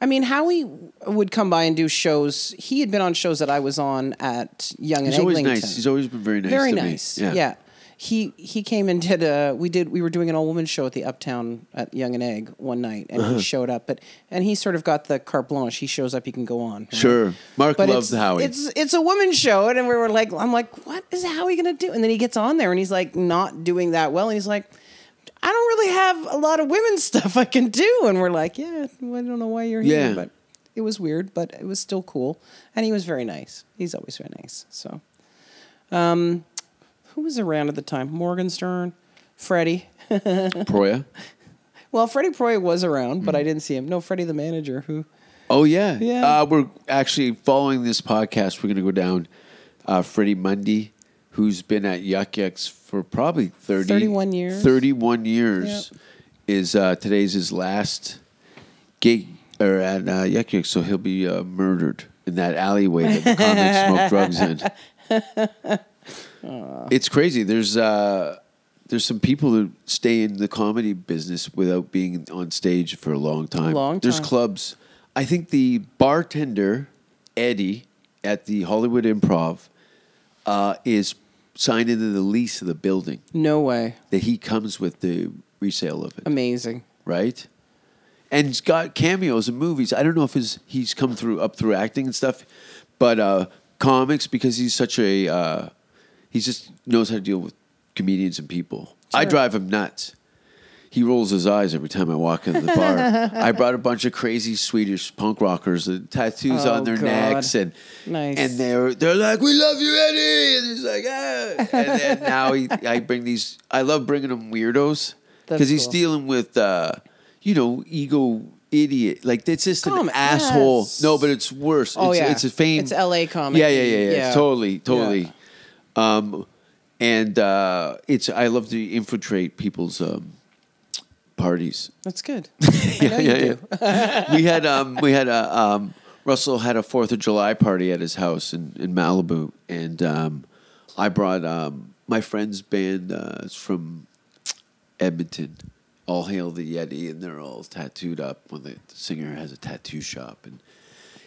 Speaker 6: I mean, Howie w- would come by and do shows. He had been on shows that I was on at Young
Speaker 5: He's
Speaker 6: and
Speaker 5: always
Speaker 6: Eglinton.
Speaker 5: nice. He's always been very nice.
Speaker 6: very
Speaker 5: to me.
Speaker 6: nice. Yeah. He he came and did a we did we were doing an all woman show at the Uptown at Young and Egg one night and
Speaker 5: Uh-huh.
Speaker 6: he showed up but and he sort of got the carte blanche he shows up he can go on right?
Speaker 5: Sure. Mark
Speaker 6: but
Speaker 5: loves
Speaker 6: it's,
Speaker 5: Howie.
Speaker 6: it's it's a woman show and we were like I'm like what is Howie gonna do and then he gets on there and he's like not doing that well and he's like I don't really have a lot of women (laughs) stuff I can do and we're like yeah well, I don't know why you're here
Speaker 5: Yeah.
Speaker 6: but it was weird but it was still cool and he was very nice he's always very nice so um, who was around at the time? Morgan Stern, Freddie.
Speaker 5: (laughs) Proya.
Speaker 6: Well, Freddie Proy was around,
Speaker 5: Mm-hmm.
Speaker 6: but I didn't see him. No, Freddie the manager. Who?
Speaker 5: Oh yeah.
Speaker 6: (laughs) Yeah.
Speaker 5: Uh, we're actually following this podcast. We're going to go down uh, Freddie Mundy, who's been at Yuck Yucks for probably 30,
Speaker 6: 31 years.
Speaker 5: 31 years is uh, today's his last gig or at uh, Yuck Yucks, so he'll be uh, murdered in that alleyway that the comics
Speaker 6: (laughs)
Speaker 5: smoke drugs in. It's crazy. There's uh, there's some people who stay in the comedy business without being on stage for a long time.
Speaker 6: Long
Speaker 5: There's
Speaker 6: time.
Speaker 5: clubs. I think the bartender Eddie at the Hollywood Improv uh, is signed into the lease of the building
Speaker 6: No way.
Speaker 5: that he comes with the resale of it,
Speaker 6: Amazing.
Speaker 5: right? And he's got cameos in movies. I don't know if his he's come through up through acting and stuff, but uh, comics because he's such a uh, he just knows how to deal with comedians and people. I
Speaker 6: Sure.
Speaker 5: drive him nuts. He rolls his eyes every time I walk into the bar.
Speaker 6: (laughs)
Speaker 5: I brought a bunch of crazy Swedish punk rockers, with tattoos
Speaker 6: Oh,
Speaker 5: on their
Speaker 6: God.
Speaker 5: necks, and
Speaker 6: Nice.
Speaker 5: and they're they're like, "We love you, Eddie," and he's like, "Ah." And
Speaker 6: (laughs)
Speaker 5: then now he, I bring these. I love bringing him weirdos
Speaker 6: That's
Speaker 5: because he's
Speaker 6: cool.
Speaker 5: dealing with, uh, you know, ego idiot. Like it's just an
Speaker 6: Come-
Speaker 5: asshole.
Speaker 6: yes.
Speaker 5: No, but it's worse.
Speaker 6: Oh,
Speaker 5: it's,
Speaker 6: yeah.
Speaker 5: it's a fame.
Speaker 6: It's LA comedy.
Speaker 5: Yeah, yeah, yeah, yeah.
Speaker 6: Yeah.
Speaker 5: Totally, totally.
Speaker 6: Yeah.
Speaker 5: Um, and uh, it's I love to infiltrate people's um, parties.
Speaker 6: That's
Speaker 5: (laughs)
Speaker 6: good. (laughs)
Speaker 5: yeah, yeah, yeah. (laughs) we had um, we had a um, Russell had a Fourth of July party at his house in, in Malibu, and um, I brought um, my friend's band uh, it's from Edmonton. All hail the Yeti, and they're all tattooed up. When the singer has a tattoo shop, and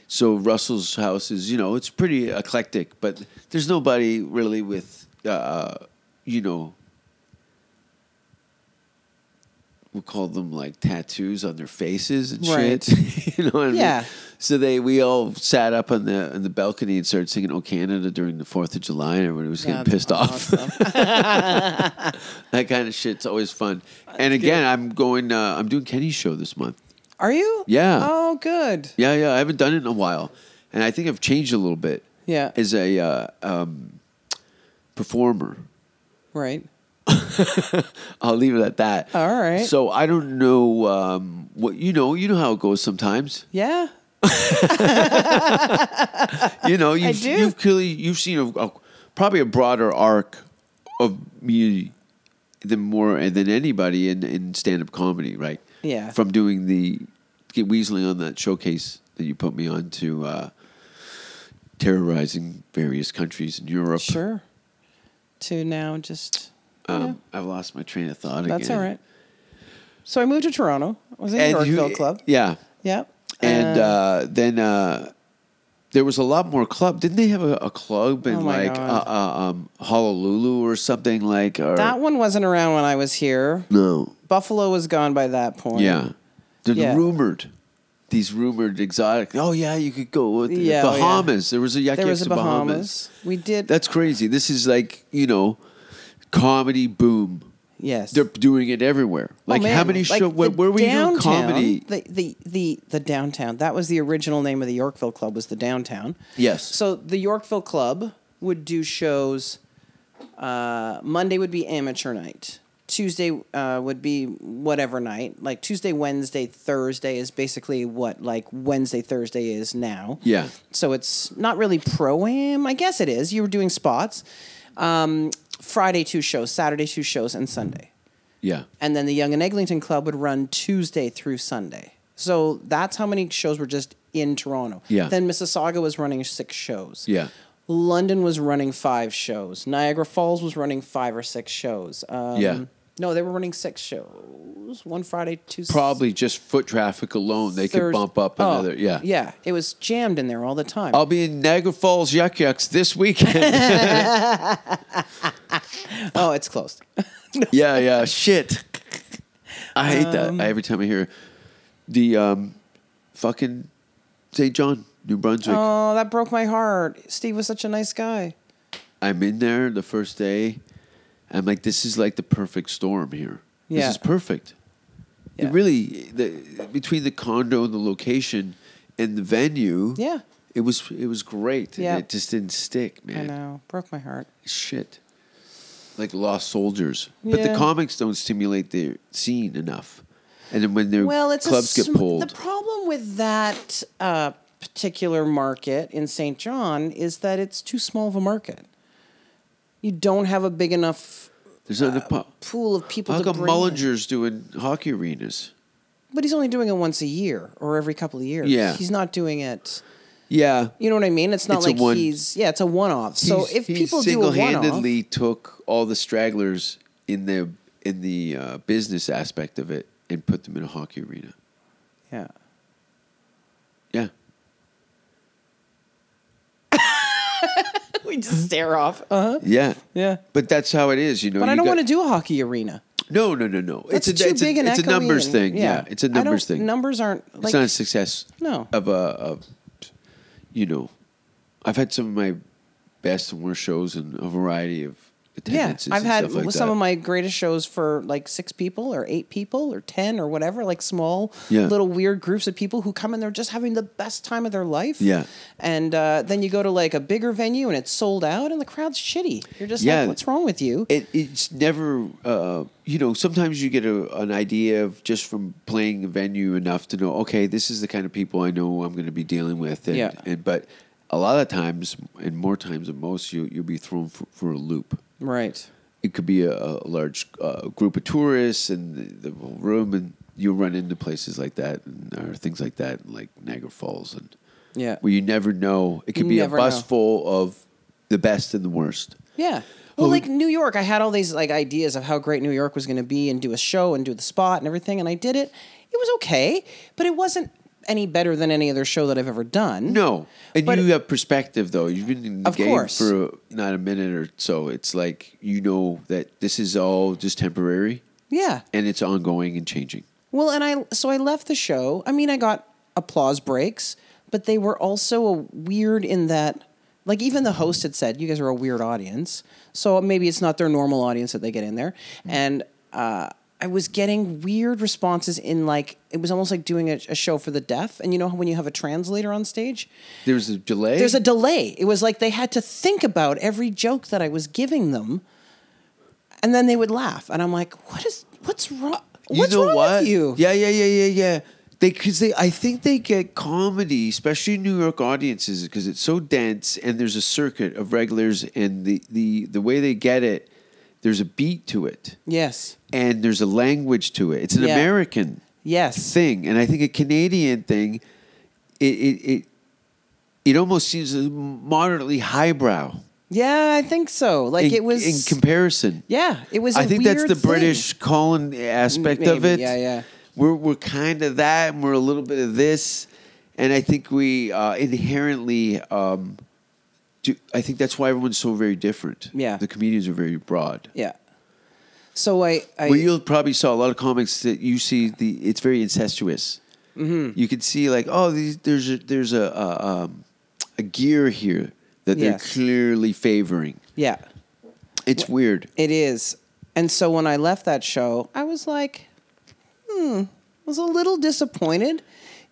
Speaker 5: so Russell's house is, you know, it's pretty eclectic, but there's nobody really with, uh, you know, we'll call them like tattoos on their faces and shit. (laughs)
Speaker 6: Right.
Speaker 5: you know what I
Speaker 6: Yeah.
Speaker 5: mean? So they we all sat up on the on the balcony and started singing "Oh Canada" during the Fourth of July, and everybody was getting
Speaker 6: That's
Speaker 5: pissed off.
Speaker 6: awesome.
Speaker 5: (laughs) that kind of shit's always fun. and again, I'm going. Uh, I'm doing Kenny's show this month.
Speaker 6: Are you?
Speaker 5: Yeah.
Speaker 6: Oh, good.
Speaker 5: Yeah, yeah. I haven't done it in a while, and I think I've changed a little bit.
Speaker 6: Yeah.
Speaker 5: as a uh, um, performer,
Speaker 6: Right.
Speaker 5: I'll leave it at that.
Speaker 6: All right.
Speaker 5: So I don't know um, what you know. You know how it goes sometimes.
Speaker 6: Yeah.
Speaker 5: You know, you've,
Speaker 6: do.
Speaker 5: you've clearly you've seen a, a- probably a broader arc of me than more than anybody in in stand up comedy, right?
Speaker 6: Yeah.
Speaker 5: From doing the get weaseling on that showcase that you put me on to. Uh, Terrorizing various countries in Europe.
Speaker 6: Sure. To now just. you
Speaker 5: Um,
Speaker 6: know,
Speaker 5: I've lost my train of thought again.
Speaker 6: that's all right. So I moved to Toronto. I was in the
Speaker 5: And you- e-
Speaker 6: Yorkville Club.
Speaker 5: Yeah.
Speaker 6: Yep.
Speaker 5: And
Speaker 6: Uh,
Speaker 5: uh, then uh, there was a lot more club. Didn't they have a, a club in
Speaker 6: Oh my
Speaker 5: like uh,
Speaker 6: God.
Speaker 5: uh, um, Honolulu or something like? Or,
Speaker 6: that one wasn't around when I was here.
Speaker 5: No.
Speaker 6: Buffalo was gone by that point.
Speaker 5: Yeah. They're
Speaker 6: Yeah.
Speaker 5: rumored. These rumored exotic. Oh yeah, you could go with the
Speaker 6: Yeah, oh, yeah.
Speaker 5: Bahamas. There was a Yucky
Speaker 6: There was
Speaker 5: Yucks
Speaker 6: a
Speaker 5: to Bahamas.
Speaker 6: Bahamas. We did.
Speaker 5: That's crazy. This is like you know, comedy boom.
Speaker 6: yes.
Speaker 5: They're doing it everywhere. Like
Speaker 6: Oh, man,
Speaker 5: how many
Speaker 6: like
Speaker 5: show? Where,
Speaker 6: the
Speaker 5: where were you doing
Speaker 6: downtown,
Speaker 5: comedy?
Speaker 6: The, the the the downtown. That was the original name of the Yorkville Club. Was the downtown.
Speaker 5: Yes.
Speaker 6: So the Yorkville Club would do shows. Uh, Monday would be amateur night. Tuesday uh, would be whatever night. Like Tuesday, Wednesday, Thursday is basically what like Wednesday, Thursday is now.
Speaker 5: Yeah.
Speaker 6: So it's not really pro am. I guess it is. You were doing spots. Um, Friday two shows, Saturday two shows, and Sunday
Speaker 5: Yeah.
Speaker 6: and then the Young and Eglinton Club would run Tuesday through Sunday. So that's how many shows were just in Toronto.
Speaker 5: Yeah.
Speaker 6: Then Mississauga was running six shows.
Speaker 5: Yeah.
Speaker 6: London was running five shows. Niagara Falls was running five or six shows. Um,
Speaker 5: Yeah.
Speaker 6: No, they were running six shows. One Friday, two.
Speaker 5: Probably just foot traffic alone, they could
Speaker 6: Thurs-
Speaker 5: bump up
Speaker 6: Oh,
Speaker 5: another. Yeah.
Speaker 6: Yeah. It was jammed in there all the time.
Speaker 5: I'll be in Niagara Falls Yuck Yucks this
Speaker 6: (laughs)
Speaker 5: weekend.
Speaker 6: oh, it's closed. (laughs)
Speaker 5: yeah, yeah. Shit. I hate
Speaker 6: Um,
Speaker 5: that. I, every time I hear the um, fucking St. John, New Brunswick.
Speaker 6: oh, that broke my heart. Steve was such a nice guy.
Speaker 5: I'm in there the first day. I'm like, this is like the perfect storm here.
Speaker 6: Yeah.
Speaker 5: This is perfect.
Speaker 6: Yeah.
Speaker 5: It really the, between the condo and the location and the venue.
Speaker 6: Yeah.
Speaker 5: It was it was great.
Speaker 6: Yeah.
Speaker 5: And it just didn't stick, man.
Speaker 6: I know. Broke my heart.
Speaker 5: shit like lost soldiers but the
Speaker 6: Yeah.
Speaker 5: comics don't stimulate the scene enough and then when their
Speaker 6: a
Speaker 5: clubs get
Speaker 6: sm-
Speaker 5: pulled
Speaker 6: The problem with that uh, particular market in St. John is that it's too small of a market. You don't have a big enough
Speaker 5: there's not
Speaker 6: uh,
Speaker 5: enough pop
Speaker 6: pool of people
Speaker 5: how
Speaker 6: to
Speaker 5: come
Speaker 6: bring in.
Speaker 5: mullinger's doing hockey arenas
Speaker 6: But he's only doing it once a year or every couple of years.
Speaker 5: Yeah.
Speaker 6: he's not doing it.
Speaker 5: yeah
Speaker 6: You know what I mean? It's not
Speaker 5: It's a
Speaker 6: like
Speaker 5: one-
Speaker 6: he's yeah, it's a one-off. So
Speaker 5: He's-
Speaker 6: if
Speaker 5: he
Speaker 6: people do a one-off,
Speaker 5: single-handedly took all the stragglers in the in the uh, business aspect of it and put them in a hockey arena
Speaker 6: yeah.
Speaker 5: yeah
Speaker 6: (laughs) We just stare off. Uh-huh.
Speaker 5: yeah
Speaker 6: Yeah.
Speaker 5: but that's how it is you know
Speaker 6: But I
Speaker 5: you
Speaker 6: don't
Speaker 5: got-
Speaker 6: want to do a hockey arena.
Speaker 5: no no no no
Speaker 6: That's
Speaker 5: it's a
Speaker 6: too
Speaker 5: it's
Speaker 6: big
Speaker 5: a,
Speaker 6: an
Speaker 5: it's a numbers
Speaker 6: echoing.
Speaker 5: thing yeah. it's a
Speaker 6: I don't-
Speaker 5: numbers thing
Speaker 6: Numbers aren't like
Speaker 5: it's not a success.
Speaker 6: No.
Speaker 5: Of a, of, you know, I've had some of my best and worst shows in a variety of
Speaker 6: Yeah,
Speaker 5: attendances.
Speaker 6: I've
Speaker 5: and
Speaker 6: had
Speaker 5: stuff like
Speaker 6: some
Speaker 5: that.
Speaker 6: of my greatest shows for like six people or eight people or ten or whatever, like small
Speaker 5: Yeah.
Speaker 6: little weird groups of people who come and they're just having the best time of their life.
Speaker 5: Yeah.
Speaker 6: and uh, then you go to like a bigger venue and it's sold out and the crowd's shitty. You're just
Speaker 5: Yeah.
Speaker 6: like, what's wrong with you?
Speaker 5: it, it's never uh, you know sometimes you get a, an idea of just from playing a venue enough to know okay this is the kind of people i know i'm going to be dealing with and,
Speaker 6: Yeah.
Speaker 5: and but a lot of times and more times than most you, you'll be thrown for, for a loop
Speaker 6: right.
Speaker 5: it could be a, a large uh, group of tourists and the, the whole room and you'll run into places like that and, or things like that like niagara falls and
Speaker 6: Yeah.
Speaker 5: where you never know it could
Speaker 6: You
Speaker 5: be a
Speaker 6: never
Speaker 5: bus
Speaker 6: know.
Speaker 5: full of the best and the worst
Speaker 6: Yeah.
Speaker 5: Well,
Speaker 6: Well,
Speaker 5: we-
Speaker 6: like New York, I had all these like ideas of how great New York was going to be and do a show and do the spot and everything, and I did it. It was okay, but it wasn't any better than any other show that I've ever done.
Speaker 5: No, and
Speaker 6: But-
Speaker 5: you have perspective though. You've been in the
Speaker 6: Of
Speaker 5: game
Speaker 6: course.
Speaker 5: for not a minute or so. It's like you know that this is all just temporary,
Speaker 6: Yeah.
Speaker 5: and it's ongoing and changing.
Speaker 6: Well, and I so I left the show. I mean, I got applause breaks, but they were also a weird in that like even the host had said, you guys are a weird audience. So maybe it's not their normal audience that they get in there. And uh I was getting weird responses in like it was almost like doing a, a show for the deaf, and you know how when you have a translator on stage,
Speaker 5: There's a delay.
Speaker 6: there's a delay. It was like they had to think about every joke that I was giving them, and then they would laugh, and I'm like, "What is? What's wrong? What's wrong with you?"
Speaker 5: Yeah, yeah, yeah, yeah, yeah. They because they I think they get comedy, especially New York audiences, because it's so dense and there's a circuit of regulars, and the the the way they get it, there's a beat to it,
Speaker 6: Yes.
Speaker 5: and there's a language to it. It's an
Speaker 6: Yeah.
Speaker 5: American.
Speaker 6: Yes.
Speaker 5: thing, and I think a Canadian thing, it it it, it almost seems moderately highbrow.
Speaker 6: yeah, I think so. Like
Speaker 5: in,
Speaker 6: it was
Speaker 5: in comparison.
Speaker 6: Yeah, it was. I
Speaker 5: I think that's the British Colin aspect of
Speaker 6: Maybe,
Speaker 5: it.
Speaker 6: yeah, yeah.
Speaker 5: We're we're kind of that, and we're a little bit of this, and I think we uh, inherently. Um, do, I think that's why everyone's so very different.
Speaker 6: Yeah.
Speaker 5: the comedians are very broad.
Speaker 6: Yeah. So I, I
Speaker 5: Well, you'll probably saw a lot of comics that you see the. It's very incestuous. Mm-hmm. You could see like, oh, these, there's a, there's a a, um, a gear here that they're
Speaker 6: Yes.
Speaker 5: clearly favoring.
Speaker 6: yeah,
Speaker 5: It's weird.
Speaker 6: it is. And so when I left that show, I was like, hmm, was a little disappointed,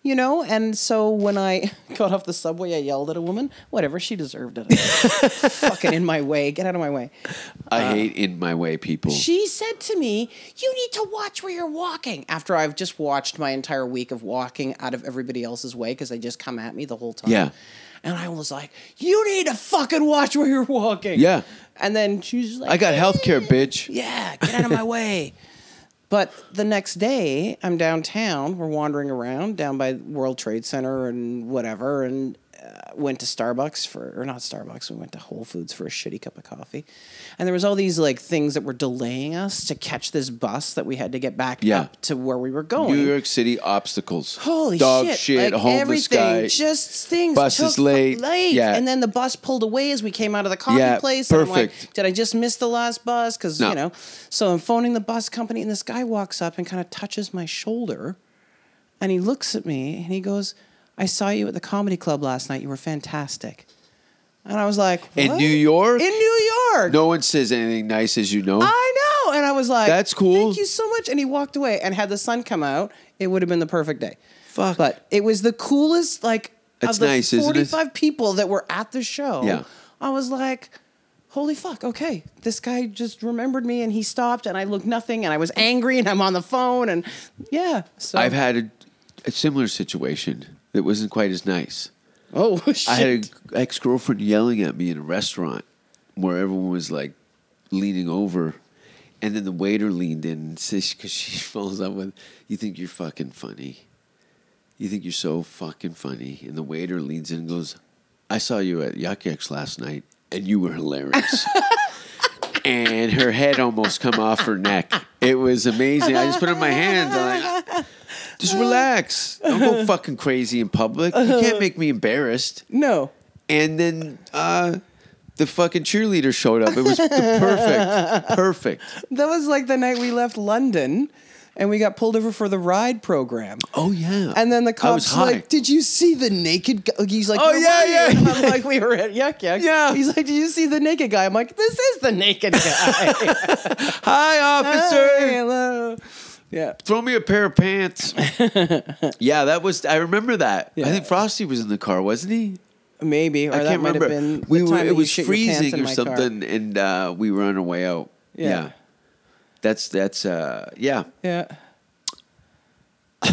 Speaker 6: you know. And so when I (laughs) got off the subway, I yelled at a woman. Whatever, she deserved it. (laughs) Fucking in my way. Get out of my way.
Speaker 5: I hate in my way people.
Speaker 6: Uh, She said to me, You need to watch where you're walking. After I've just watched my entire week of walking out of everybody else's way because they just come at me the whole time.
Speaker 5: Yeah.
Speaker 6: And I was like, You need to fucking watch where you're walking.
Speaker 5: Yeah.
Speaker 6: And then she's just like,
Speaker 5: I got healthcare, bitch.
Speaker 6: (laughs) Yeah, get out of my way. (laughs) But the next day, I'm downtown. We're wandering around down by World Trade Center and whatever, and uh, went to Starbucks for, or not Starbucks, we went to Whole Foods for a shitty cup of coffee. And there was all these like things that were delaying us to catch this bus that we had to get back
Speaker 5: Yeah.
Speaker 6: up to where we were going.
Speaker 5: New York City obstacles.
Speaker 6: Holy
Speaker 5: dog
Speaker 6: shit! like
Speaker 5: homeless
Speaker 6: everything,
Speaker 5: guy.
Speaker 6: just things.
Speaker 5: Bus
Speaker 6: took
Speaker 5: is late.
Speaker 6: late,
Speaker 5: Yeah.
Speaker 6: and then the bus pulled away as we came out of the coffee
Speaker 5: Yeah,
Speaker 6: place. And I'm like,
Speaker 5: perfect.
Speaker 6: did I just miss the last bus? Because
Speaker 5: No.
Speaker 6: you know, so I'm phoning the bus company, and this guy walks up and kind of touches my shoulder, and he looks at me and he goes, "I saw you at the comedy club last night. You were fantastic." And I was like,
Speaker 5: In
Speaker 6: "What?"
Speaker 5: New York?
Speaker 6: In New York,
Speaker 5: no one says anything nice, as you know.
Speaker 6: I know. And I was like,
Speaker 5: That's cool.
Speaker 6: Thank you so much. And he walked away. And had the sun come out, it would have been the perfect day.
Speaker 5: Fuck.
Speaker 6: But it was the coolest, like,
Speaker 5: That's
Speaker 6: of the
Speaker 5: nice, isn't it?
Speaker 6: 45 people that were at the show.
Speaker 5: Yeah.
Speaker 6: I was like, holy fuck, okay. This guy just remembered me and he stopped and I looked nothing and I was angry and I'm on the phone and yeah. So
Speaker 5: I've had a, a similar situation that wasn't quite as nice.
Speaker 6: Oh,
Speaker 5: (laughs)
Speaker 6: shit.
Speaker 5: I had an ex girlfriend yelling at me in a restaurant where everyone was like leaning over. And then the waiter leaned in and (laughs) says, because she falls out with, You think you're fucking funny. You think you're so fucking funny. And the waiter leans in and goes, I saw you at Yuck Yucks last night and you were hilarious. and her head almost come off her neck. It was amazing. I just put it in my hands. I'm like, just relax. Don't go fucking crazy in public. You can't make me embarrassed.
Speaker 6: no.
Speaker 5: And then uh, the fucking cheerleader
Speaker 6: (laughs)
Speaker 5: showed up. It was the perfect, perfect.
Speaker 6: That was like the night we left London and we got pulled over for the ride program.
Speaker 5: Oh yeah.
Speaker 6: And then the
Speaker 5: I was
Speaker 6: cops
Speaker 5: high.
Speaker 6: like, "Did you see the naked?" guy? He's like,
Speaker 5: Oh,
Speaker 6: "No
Speaker 5: yeah,
Speaker 6: way."
Speaker 5: yeah,
Speaker 6: And I'm
Speaker 5: yeah.
Speaker 6: like, "We were at Yuck Yuck."
Speaker 5: Yeah.
Speaker 6: He's like, "Did you see the naked guy?" I'm like, "This is the naked guy." (laughs)
Speaker 5: Hi, (laughs) officer.
Speaker 6: Hey, hello. Yeah.
Speaker 5: Throw me a pair of
Speaker 6: (laughs)
Speaker 5: pants. yeah, that was. I remember that. I think Frosty was in the car, wasn't he?
Speaker 6: Maybe, or
Speaker 5: I
Speaker 6: that
Speaker 5: can't
Speaker 6: might
Speaker 5: remember.
Speaker 6: have been the
Speaker 5: we were.
Speaker 6: time that
Speaker 5: It
Speaker 6: you
Speaker 5: was
Speaker 6: shit your pants
Speaker 5: freezing
Speaker 6: in
Speaker 5: or
Speaker 6: my car.
Speaker 5: something, and uh, we were on our way out. Yeah.
Speaker 6: Yeah.
Speaker 5: That's that's uh yeah.
Speaker 6: Yeah. (laughs)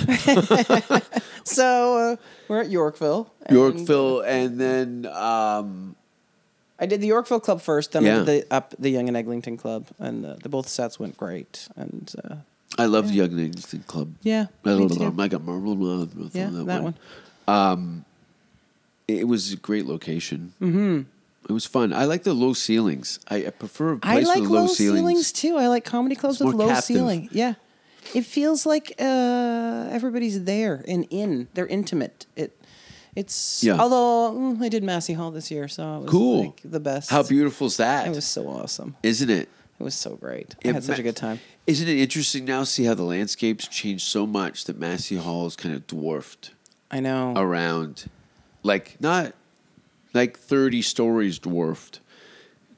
Speaker 6: so uh, we're at Yorkville. and
Speaker 5: Yorkville, and then um
Speaker 6: I did the Yorkville Club first, then
Speaker 5: Yeah.
Speaker 6: I did the up the Young and Eglinton Club, and uh, the both sets went great. And uh,
Speaker 5: I love the Young Nathan Club.
Speaker 6: Yeah,
Speaker 5: I
Speaker 6: me
Speaker 5: love
Speaker 6: too.
Speaker 5: them. I got Marvel. blah, blah, blah,
Speaker 6: yeah, that, one.
Speaker 5: It was a great location. Mm-hmm. It was fun. I like the low ceilings. I, I prefer a
Speaker 6: I
Speaker 5: place
Speaker 6: like
Speaker 5: with
Speaker 6: low,
Speaker 5: low,
Speaker 6: ceilings. too. I like comedy clubs
Speaker 5: more
Speaker 6: with low
Speaker 5: captive.
Speaker 6: ceiling. Yeah, it feels like uh, everybody's there and in. They're intimate. It. It's
Speaker 5: Yeah.
Speaker 6: although mm, I did Massey Hall this year, so it was
Speaker 5: Cool.
Speaker 6: like the best.
Speaker 5: How beautiful's that?
Speaker 6: It was so awesome.
Speaker 5: Isn't it?
Speaker 6: It was so great. I
Speaker 5: It
Speaker 6: had such
Speaker 5: ma-
Speaker 6: a good time.
Speaker 5: Isn't it interesting now? See how the landscapes changed so much that Massey Hall is kind of dwarfed
Speaker 6: I know.
Speaker 5: around, like not like thirty stories dwarfed.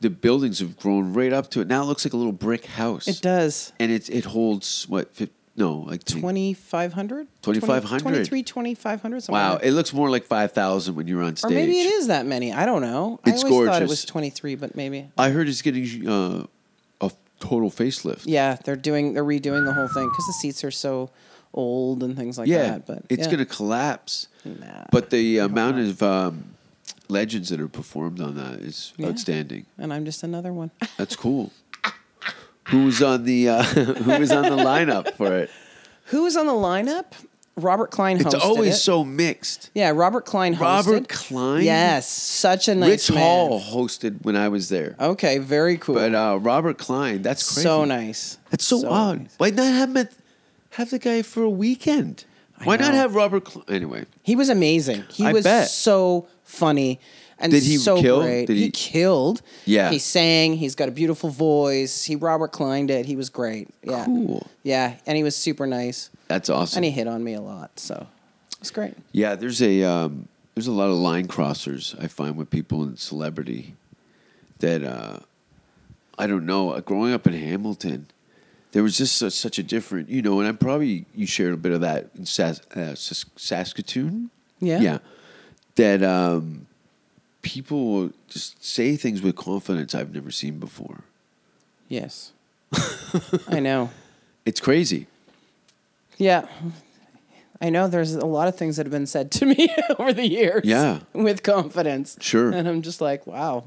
Speaker 5: The buildings have grown right up to it. Now it looks like a little brick house.
Speaker 6: It does.
Speaker 5: and it it holds what? 50, no, like ten-
Speaker 6: 2,500?
Speaker 5: 2,500.
Speaker 6: 23, 2,500. something
Speaker 5: Wow,
Speaker 6: like that.
Speaker 5: it looks more like five thousand when you're on
Speaker 6: or
Speaker 5: stage.
Speaker 6: maybe it is that many. I don't know.
Speaker 5: It's
Speaker 6: I always thought it
Speaker 5: gorgeous.
Speaker 6: was 23, but maybe.
Speaker 5: I heard it's getting uh, a total facelift.
Speaker 6: Yeah, they're doing, they're redoing the whole thing because the seats are so old and things like
Speaker 5: yeah,
Speaker 6: that. But
Speaker 5: it's
Speaker 6: yeah.
Speaker 5: gonna collapse.
Speaker 6: Nah.
Speaker 5: But the amount of um, legends that are performed on that is
Speaker 6: Yeah.
Speaker 5: outstanding.
Speaker 6: And I'm just another one. (laughs)
Speaker 5: That's cool. who was on the uh, (laughs) Who was on the lineup for
Speaker 6: (laughs)
Speaker 5: it?
Speaker 6: Who was on the lineup? Robert Klein hosted
Speaker 5: It's always
Speaker 6: it.
Speaker 5: so mixed.
Speaker 6: Yeah, Robert Klein hosted.
Speaker 5: Robert Klein?
Speaker 6: Yes, such a nice
Speaker 5: Rich
Speaker 6: man.
Speaker 5: Hall hosted when I was there,
Speaker 6: Okay, very cool.
Speaker 5: but uh, Robert Klein. That's crazy.
Speaker 6: so nice.
Speaker 5: That's so, odd.
Speaker 6: nice.
Speaker 5: Why not have him at, have the guy for a weekend? Why not
Speaker 6: know.
Speaker 5: have Robert? Klein? Anyway,
Speaker 6: He was amazing. He
Speaker 5: I
Speaker 6: was
Speaker 5: bet.
Speaker 6: so funny and
Speaker 5: Did he
Speaker 6: so
Speaker 5: kill?
Speaker 6: great.
Speaker 5: Did
Speaker 6: he,
Speaker 5: he-
Speaker 6: killed.
Speaker 5: Yeah.
Speaker 6: He sang. He's got a beautiful voice. He Robert Klein did. He was great. Yeah.
Speaker 5: Cool.
Speaker 6: Yeah. And he was super nice.
Speaker 5: that's awesome.
Speaker 6: And he hit on me a lot. So it's great.
Speaker 5: Yeah, there's a um, there's a lot of line crossers I find with people in celebrity that uh, I don't know. Uh, Growing up in Hamilton, there was just such, such a different, you know. And I'm probably you shared a bit of that in Sas- uh, Sas- Saskatoon.
Speaker 6: Yeah.
Speaker 5: yeah. That um, people will just say things with confidence I've never seen before.
Speaker 6: Yes. I know.
Speaker 5: It's crazy.
Speaker 6: Yeah. I know there's a lot of things that have been said to me (laughs) over the years.
Speaker 5: Yeah.
Speaker 6: With confidence.
Speaker 5: Sure.
Speaker 6: And I'm just like, wow.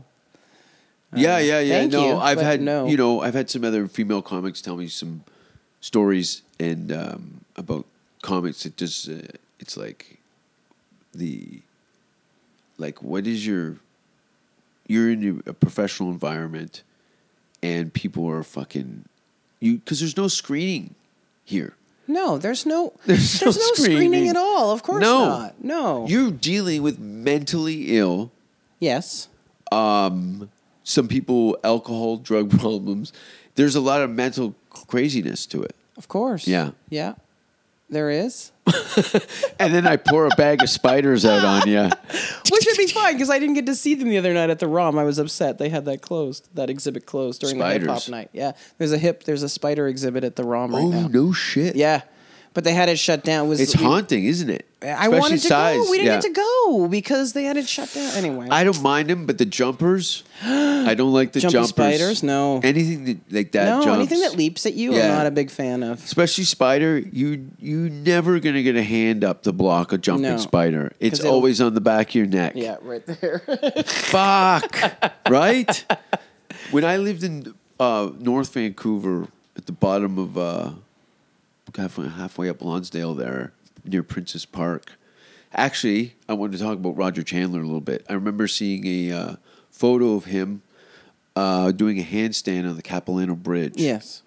Speaker 5: Yeah, yeah, yeah.
Speaker 6: thank
Speaker 5: no,
Speaker 6: you,
Speaker 5: I've
Speaker 6: but
Speaker 5: had
Speaker 6: no.
Speaker 5: you know, I've had some other female comics tell me some stories and um, about comics. It just uh, it's like the like what is your you're in a professional environment and people are fucking you because there's no screening here.
Speaker 6: No, there's no
Speaker 5: There's,
Speaker 6: no, screening. at all. Of course
Speaker 5: no.
Speaker 6: not. No.
Speaker 5: You're dealing with mentally ill
Speaker 6: yes.
Speaker 5: some people alcohol drug (laughs) problems there's a lot of mental craziness to it
Speaker 6: Of course.
Speaker 5: Yeah.
Speaker 6: Yeah. There is. (laughs)
Speaker 5: and then i pour a bag of spiders out on you
Speaker 6: Which would be fine because I didn't get to see them the other night at the ROM. I was upset they had that closed, that exhibit closed during the hip hop
Speaker 5: Spiders.
Speaker 6: night. Yeah. There's a hip, there's a spider exhibit at the ROM
Speaker 5: (laughs)
Speaker 6: right
Speaker 5: oh
Speaker 6: now.
Speaker 5: no shit
Speaker 6: Yeah. But they had it shut down. It was
Speaker 5: it's haunting isn't it
Speaker 6: I
Speaker 5: Especially
Speaker 6: wanted to
Speaker 5: size,
Speaker 6: go. We didn't
Speaker 5: yeah.
Speaker 6: get to go because they had it shut down. Anyway.
Speaker 5: i don't mind them but the
Speaker 6: (gasps)
Speaker 5: jumpers i don't like the
Speaker 6: Jumpy
Speaker 5: jumpers
Speaker 6: spiders? No.
Speaker 5: anything that, like that
Speaker 6: no,
Speaker 5: jumps.
Speaker 6: anything that leaps at you,
Speaker 5: Yeah.
Speaker 6: I'm not a big fan of.
Speaker 5: especially spider you you never gonna get a hand up to block a jumping
Speaker 6: No.
Speaker 5: spider it's
Speaker 6: 'Cause it'll-
Speaker 5: always on the back of your neck
Speaker 6: (laughs) Yeah, right there.
Speaker 5: (laughs) Fuck. (laughs) right? When I lived in uh, North Vancouver at the bottom of uh, halfway, halfway up Lonsdale there near Princess Park, actually, I wanted to talk about Roger Chandler a little bit. I remember seeing a uh, photo of him uh, doing a handstand on the Capilano Bridge
Speaker 6: yes.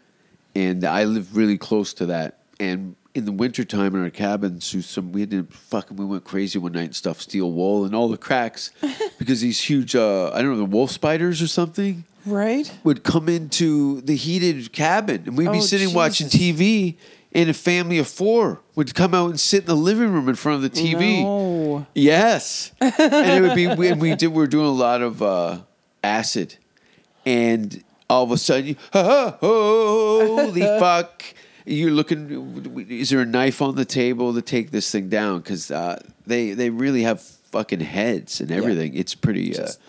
Speaker 5: and I live really close to that. And in the wintertime in our cabin, so some we had to fucking we went crazy one night and stuffed steel wool and all the
Speaker 6: (laughs)
Speaker 5: cracks because these huge uh, I don't know the wolf spiders or something
Speaker 6: Right?
Speaker 5: would come into the heated cabin and we'd be
Speaker 6: Oh,
Speaker 5: sitting watching
Speaker 6: Jesus.
Speaker 5: TV and a family of four would come out and sit in the living room in front of the TV.
Speaker 6: No.
Speaker 5: Yes, and it would be. And we did. We were doing a lot of uh, acid, and all of a sudden, you,
Speaker 6: (laughs)
Speaker 5: holy fuck! You're looking. Is there a knife on the table to take this thing down? Because uh, they they really have fucking heads and everything. It's pretty. Uh,
Speaker 6: Just-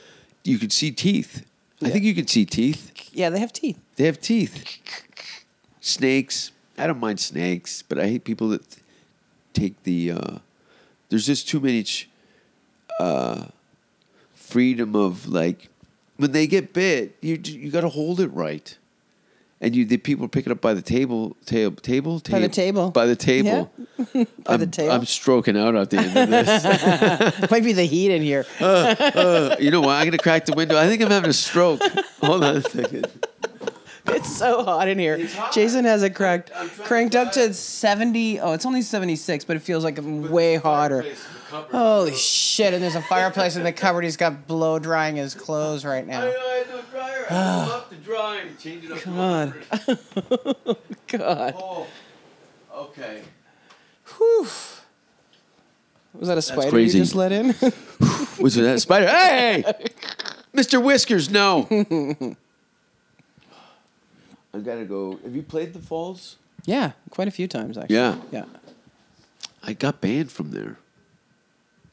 Speaker 5: you could see teeth. I
Speaker 6: Yeah.
Speaker 5: think you could see teeth.
Speaker 6: Yeah, they have teeth.
Speaker 5: They have teeth. Snakes. I don't mind snakes, but I hate people that take the. Uh, there's just too much uh, freedom of like when they get bit, you you got to hold it right, and you the people pick it up by the table, table, table,
Speaker 6: By the table.
Speaker 5: by the table.
Speaker 6: By
Speaker 5: (laughs) I'm,
Speaker 6: the table.
Speaker 5: I'm stroking out at the end of this. (laughs)
Speaker 6: Might be the heat in here.
Speaker 5: Uh, you know what? I'm gonna crack the window. I think I'm having a stroke. (laughs) Hold on a second.
Speaker 6: (laughs) It's so hot in here. Jason has it cracked, cranked up to 70. Oh, it's only 76, but it feels like way hotter. Holy shit. And there's a fireplace in the cupboard. He's got blow drying his clothes right now.
Speaker 5: I had no dryer. I up the dryer and change
Speaker 6: (sighs)
Speaker 5: it up. Come
Speaker 6: on. (laughs) God.
Speaker 5: Oh, okay.
Speaker 6: Whew. Was that a spider
Speaker 5: crazy.
Speaker 6: you just let in? (laughs)
Speaker 5: Was it that spider? Hey, (laughs) Mr. Whiskers, no. I gotta go. Have you played the Falls?
Speaker 6: yeah, quite a few times, actually.
Speaker 5: Yeah.
Speaker 6: Yeah.
Speaker 5: I got banned from there.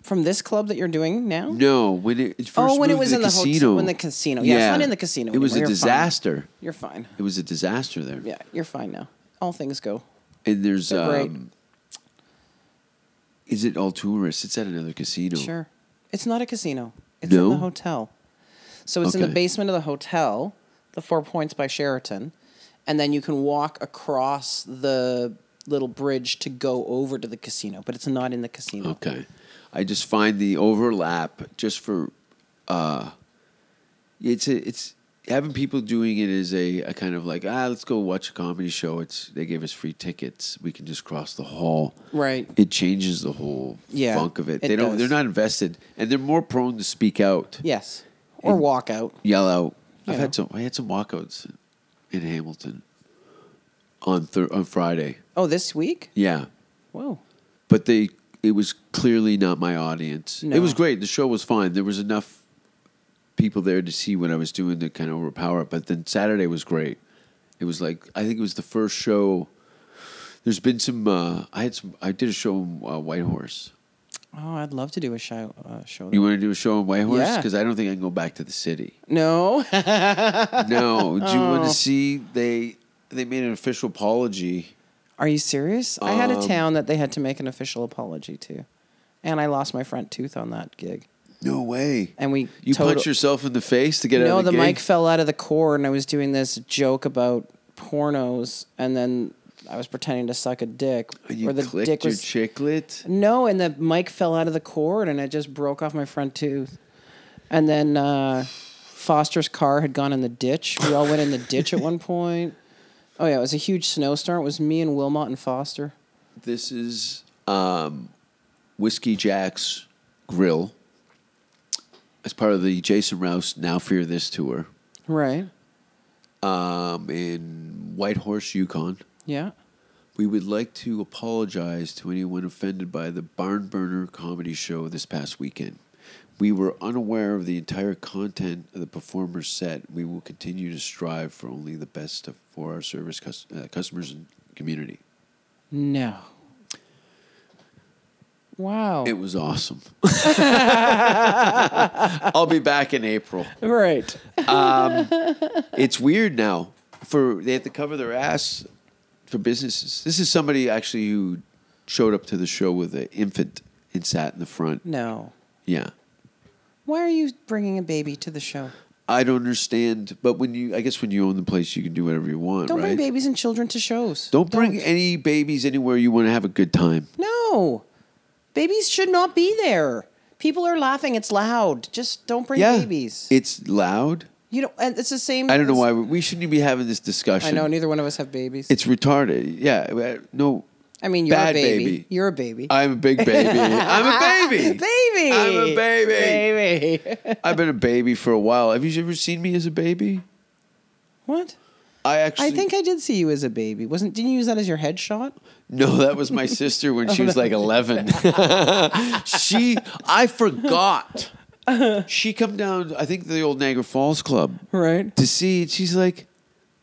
Speaker 6: From this club that you're doing now?
Speaker 5: No, when it, it first
Speaker 6: Oh, when it
Speaker 5: moved
Speaker 6: was
Speaker 5: to
Speaker 6: in
Speaker 5: the
Speaker 6: the hotel-
Speaker 5: casino.
Speaker 6: when the casino. Yeah, it's not in the casino
Speaker 5: It was a
Speaker 6: anymore. You're fine.
Speaker 5: disaster.
Speaker 6: You're fine.
Speaker 5: It was a disaster there.
Speaker 6: Yeah, you're fine now. All things go.
Speaker 5: And there's
Speaker 6: They're great.
Speaker 5: um, is it all tourists? It's at another casino.
Speaker 6: Sure. It's not a casino. It's in
Speaker 5: No?
Speaker 6: the hotel. So it's in
Speaker 5: Okay.
Speaker 6: the basement of the hotel, the Four Points by Sheraton, and then you can walk across the little bridge to go over to the casino, but it's not in the casino.
Speaker 5: Okay. I just find the overlap just for uh it's a, it's having people doing it is a, a kind of like ah let's go watch a comedy show it's they gave us free tickets we can just cross the hall
Speaker 6: Right.
Speaker 5: it changes the whole
Speaker 6: Yeah,
Speaker 5: funk of it,
Speaker 6: it
Speaker 5: they don't
Speaker 6: does.
Speaker 5: they're not invested and they're more prone to speak out
Speaker 6: Yes. Or
Speaker 5: And-
Speaker 6: walk out.
Speaker 5: yell out
Speaker 6: You
Speaker 5: I've
Speaker 6: know.
Speaker 5: had some I had some walkouts in Hamilton on thir- on Friday
Speaker 6: Oh, this week?
Speaker 5: yeah
Speaker 6: Whoa.
Speaker 5: but they it was clearly not my audience. It was
Speaker 6: No.
Speaker 5: great. The show was fine. There was enough people there to see what I was doing to kind of overpower it. But then Saturday was great. It was like I think it was the first show. There's been some. Uh, I had some. I did a show in uh, Whitehorse.
Speaker 6: Oh, I'd love to do a show. Uh, show
Speaker 5: You want to do a show in Whitehorse?
Speaker 6: Yeah.
Speaker 5: Because I don't think I can go back to the city.
Speaker 6: (laughs) no.
Speaker 5: No. Do you
Speaker 6: Oh.
Speaker 5: want to see? They they made an official apology.
Speaker 6: Are you serious? I had
Speaker 5: Um,
Speaker 6: a town that they had to make an official apology to. And I lost my front tooth on that gig.
Speaker 5: No way.
Speaker 6: And we
Speaker 5: you
Speaker 6: total-
Speaker 5: punch yourself in the face to get out
Speaker 6: no,
Speaker 5: of the,
Speaker 6: the mic
Speaker 5: gig?
Speaker 6: fell out of the cord, and I was doing this joke about pornos, and then I was pretending to suck a dick,
Speaker 5: And Oh, You
Speaker 6: or the
Speaker 5: clicked
Speaker 6: dick
Speaker 5: your
Speaker 6: was
Speaker 5: chiclet.
Speaker 6: no, and the mic fell out of the cord, and it just broke off my front tooth, and then uh, Foster's car had gone in the ditch. We all went in the
Speaker 5: (laughs)
Speaker 6: ditch at one point. Oh yeah, it was a huge snowstorm. It was me and Wilmot and Foster.
Speaker 5: This is um, Whiskey Jack's Grill as part of the Jason Rouse Now Fear This tour
Speaker 6: Right.
Speaker 5: um, in Whitehorse, Yukon.
Speaker 6: Yeah.
Speaker 5: We would like to apologize to anyone offended by the Barnburner comedy show this past weekend. We were unaware of the entire content of the performer's set. We will continue to strive for only the best of, for our service cus- uh, customers and community.
Speaker 6: No. Wow.
Speaker 5: It was awesome. I'll be back in April.
Speaker 6: right.
Speaker 5: It's weird now for they have to cover their ass for businesses. This is somebody actually who showed up to the show with an infant and sat in the front.
Speaker 6: No.
Speaker 5: Yeah.
Speaker 6: Why are you bringing a baby to the show?
Speaker 5: I don't understand, but when you I guess when you own the place you can do whatever you want,
Speaker 6: Don't
Speaker 5: right?
Speaker 6: bring babies and children to shows.
Speaker 5: don't bring any babies anywhere you want to have a good time.
Speaker 6: No. Babies should not be there. People are laughing. It's loud. Just don't bring
Speaker 5: yeah.
Speaker 6: babies.
Speaker 5: It's loud.
Speaker 6: you know, and it's the same.
Speaker 5: I don't know why we, we shouldn't be having this
Speaker 6: I
Speaker 5: discussion.
Speaker 6: know neither one of us have babies.
Speaker 5: It's retarded. Yeah. uh, No.
Speaker 6: I mean, you're
Speaker 5: bad
Speaker 6: a baby.
Speaker 5: baby.
Speaker 6: You're a baby. Ah,
Speaker 5: I'm a big baby. I'm a baby.
Speaker 6: (laughs) baby.
Speaker 5: I'm a baby.
Speaker 6: Baby. (laughs)
Speaker 5: I've been a baby for a while. Have you ever seen me as a baby?
Speaker 6: what?
Speaker 5: I actually.
Speaker 6: I think I did see you as a baby. Wasn't didn't you use that as your headshot?
Speaker 5: No, that was my sister when she was like 11. (laughs) she, I forgot. She come down, I think the old Niagara Falls Club
Speaker 6: Right.
Speaker 5: to see, and she's like,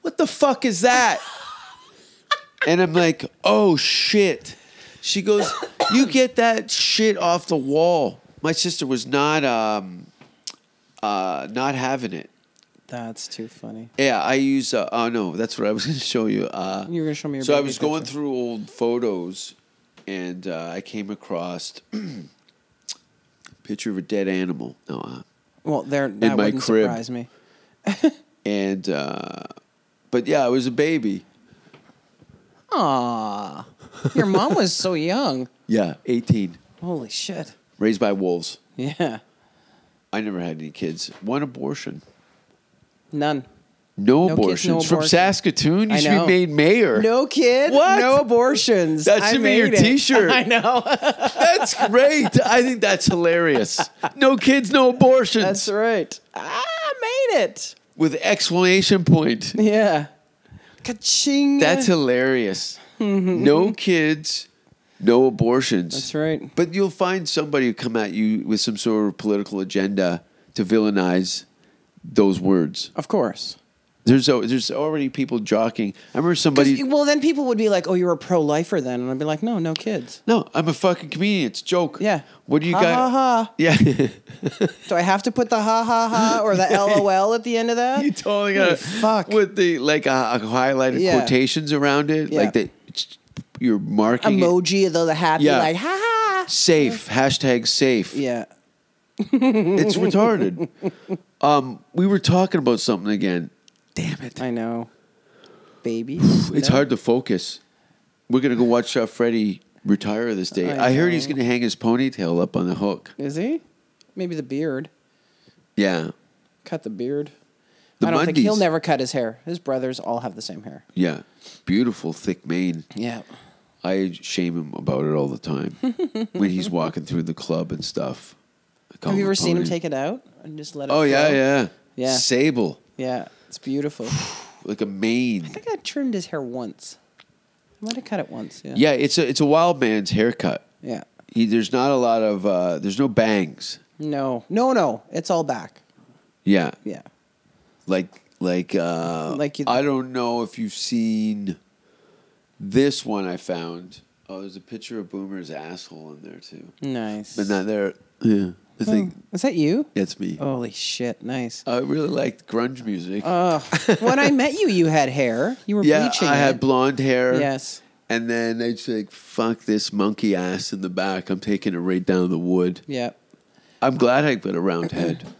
Speaker 5: "What the fuck is that?" and I'm like, "Oh shit." She goes, "You get that shit off the wall." My sister was not um, uh, not having it.
Speaker 6: That's too funny.
Speaker 5: Yeah, I use. Uh, oh no, that's what I was (laughs) going to show you. Uh,
Speaker 6: You were gonna show me your
Speaker 5: So I
Speaker 6: baby
Speaker 5: was going
Speaker 6: picture.
Speaker 5: through old photos, and uh, I came across (clears throat) picture of a dead animal. No, uh,
Speaker 6: Well, there that
Speaker 5: my
Speaker 6: wouldn't
Speaker 5: crib.
Speaker 6: surprise me.
Speaker 5: and uh, but yeah, I was a baby.
Speaker 6: Aw, your mom was so young.
Speaker 5: Yeah, eighteen,
Speaker 6: Holy shit.
Speaker 5: raised by wolves.
Speaker 6: Yeah.
Speaker 5: I never had any kids. One abortion.
Speaker 6: None.
Speaker 5: No,
Speaker 6: No kids, no
Speaker 5: abortions from
Speaker 6: abortion.
Speaker 5: Saskatoon. You
Speaker 6: I
Speaker 5: should be
Speaker 6: know.
Speaker 5: made mayor.
Speaker 6: No kid.
Speaker 5: What?
Speaker 6: No abortions.
Speaker 5: That
Speaker 6: I
Speaker 5: should be your
Speaker 6: made it.
Speaker 5: t-shirt.
Speaker 6: (laughs)
Speaker 5: (laughs)
Speaker 6: I know.
Speaker 5: (laughs) that's great. I think that's hilarious. No kids, no abortions.
Speaker 6: That's right. Ah, I made it.
Speaker 5: With exclamation point.
Speaker 6: Yeah. Ka-ching.
Speaker 5: That's hilarious. no kids, no abortions.
Speaker 6: Mm-hmm. That's right.
Speaker 5: But you'll find somebody who come at you with some sort of political agenda to villainize those words.
Speaker 6: Of course.
Speaker 5: There's al- there's already people jockeying. I remember
Speaker 6: 'Cause-
Speaker 5: somebody.
Speaker 6: well, then people would be like, "Oh, you're a pro-lifer," then, and I'd be like, "No, no kids.
Speaker 5: No, I'm a fucking comedian. It's a joke.
Speaker 6: Yeah.
Speaker 5: What do you
Speaker 6: Ha,
Speaker 5: got?
Speaker 6: ha, ha.
Speaker 5: (laughs) Yeah.
Speaker 6: Do I have to put the ha
Speaker 5: (laughs)
Speaker 6: ha ha or the lol at the end of that?
Speaker 5: you totally
Speaker 6: Holy
Speaker 5: got
Speaker 6: fuck.
Speaker 5: with the like uh, highlighted
Speaker 6: Yeah.
Speaker 5: quotations around it,
Speaker 6: Yeah.
Speaker 5: like that. You're marking it.
Speaker 6: emoji, the, the happy,
Speaker 5: Yeah.
Speaker 6: like ha
Speaker 5: (laughs)
Speaker 6: ha.
Speaker 5: safe hashtag safe.
Speaker 6: Yeah.
Speaker 5: It's
Speaker 6: (laughs)
Speaker 5: retarded. um, we were talking about something again. Damn it.
Speaker 6: I know. Baby.
Speaker 5: It's hard to focus. We're gonna go watch uh, Freddie retire this day. I,
Speaker 6: I
Speaker 5: heard he's
Speaker 6: know.
Speaker 5: gonna hang his ponytail up on the hook.
Speaker 6: Is he? Maybe the beard.
Speaker 5: Yeah,
Speaker 6: Cut the beard.
Speaker 5: The
Speaker 6: I don't think he'll
Speaker 5: Mundies.
Speaker 6: never cut his hair. His brothers all have the same hair.
Speaker 5: yeah. Beautiful thick mane.
Speaker 6: Yeah.
Speaker 5: I shame him about it all the time when he's walking through the club and stuff. I call
Speaker 6: Have you
Speaker 5: a
Speaker 6: ever seen him
Speaker 5: pony.
Speaker 6: take it out and just let it
Speaker 5: Oh yeah,
Speaker 6: flow?
Speaker 5: yeah,
Speaker 6: Yeah.
Speaker 5: Sable,
Speaker 6: Yeah.
Speaker 5: (sighs)
Speaker 6: It's beautiful. I
Speaker 5: like a mane.
Speaker 6: think I trimmed his hair once. I might have cut it once. Yeah.
Speaker 5: Yeah, it's a it's a wild man's haircut.
Speaker 6: Yeah.
Speaker 5: He, there's not a lot of uh, there's no bangs.
Speaker 6: No. No, no. It's all back.
Speaker 5: Yeah,
Speaker 6: Yeah.
Speaker 5: like like uh
Speaker 6: Like you-
Speaker 5: I don't know if you've seen this one I found. Oh, there's a picture of Boomer's asshole in there too.
Speaker 6: Nice.
Speaker 5: But not there. Yeah. I think
Speaker 6: Is that you?
Speaker 5: it's me.
Speaker 6: Holy shit. Nice.
Speaker 5: I really liked grunge music.
Speaker 6: Oh,
Speaker 5: (laughs)
Speaker 6: when I met you, you had hair. You were
Speaker 5: Uh, yeah,
Speaker 6: bleaching.
Speaker 5: I
Speaker 6: it.
Speaker 5: had blonde hair.
Speaker 6: Yes.
Speaker 5: And then I just like, fuck this monkey ass in the back. I'm taking it right down the wood.
Speaker 6: Yeah.
Speaker 5: I'm glad I got a round head.
Speaker 6: (clears throat)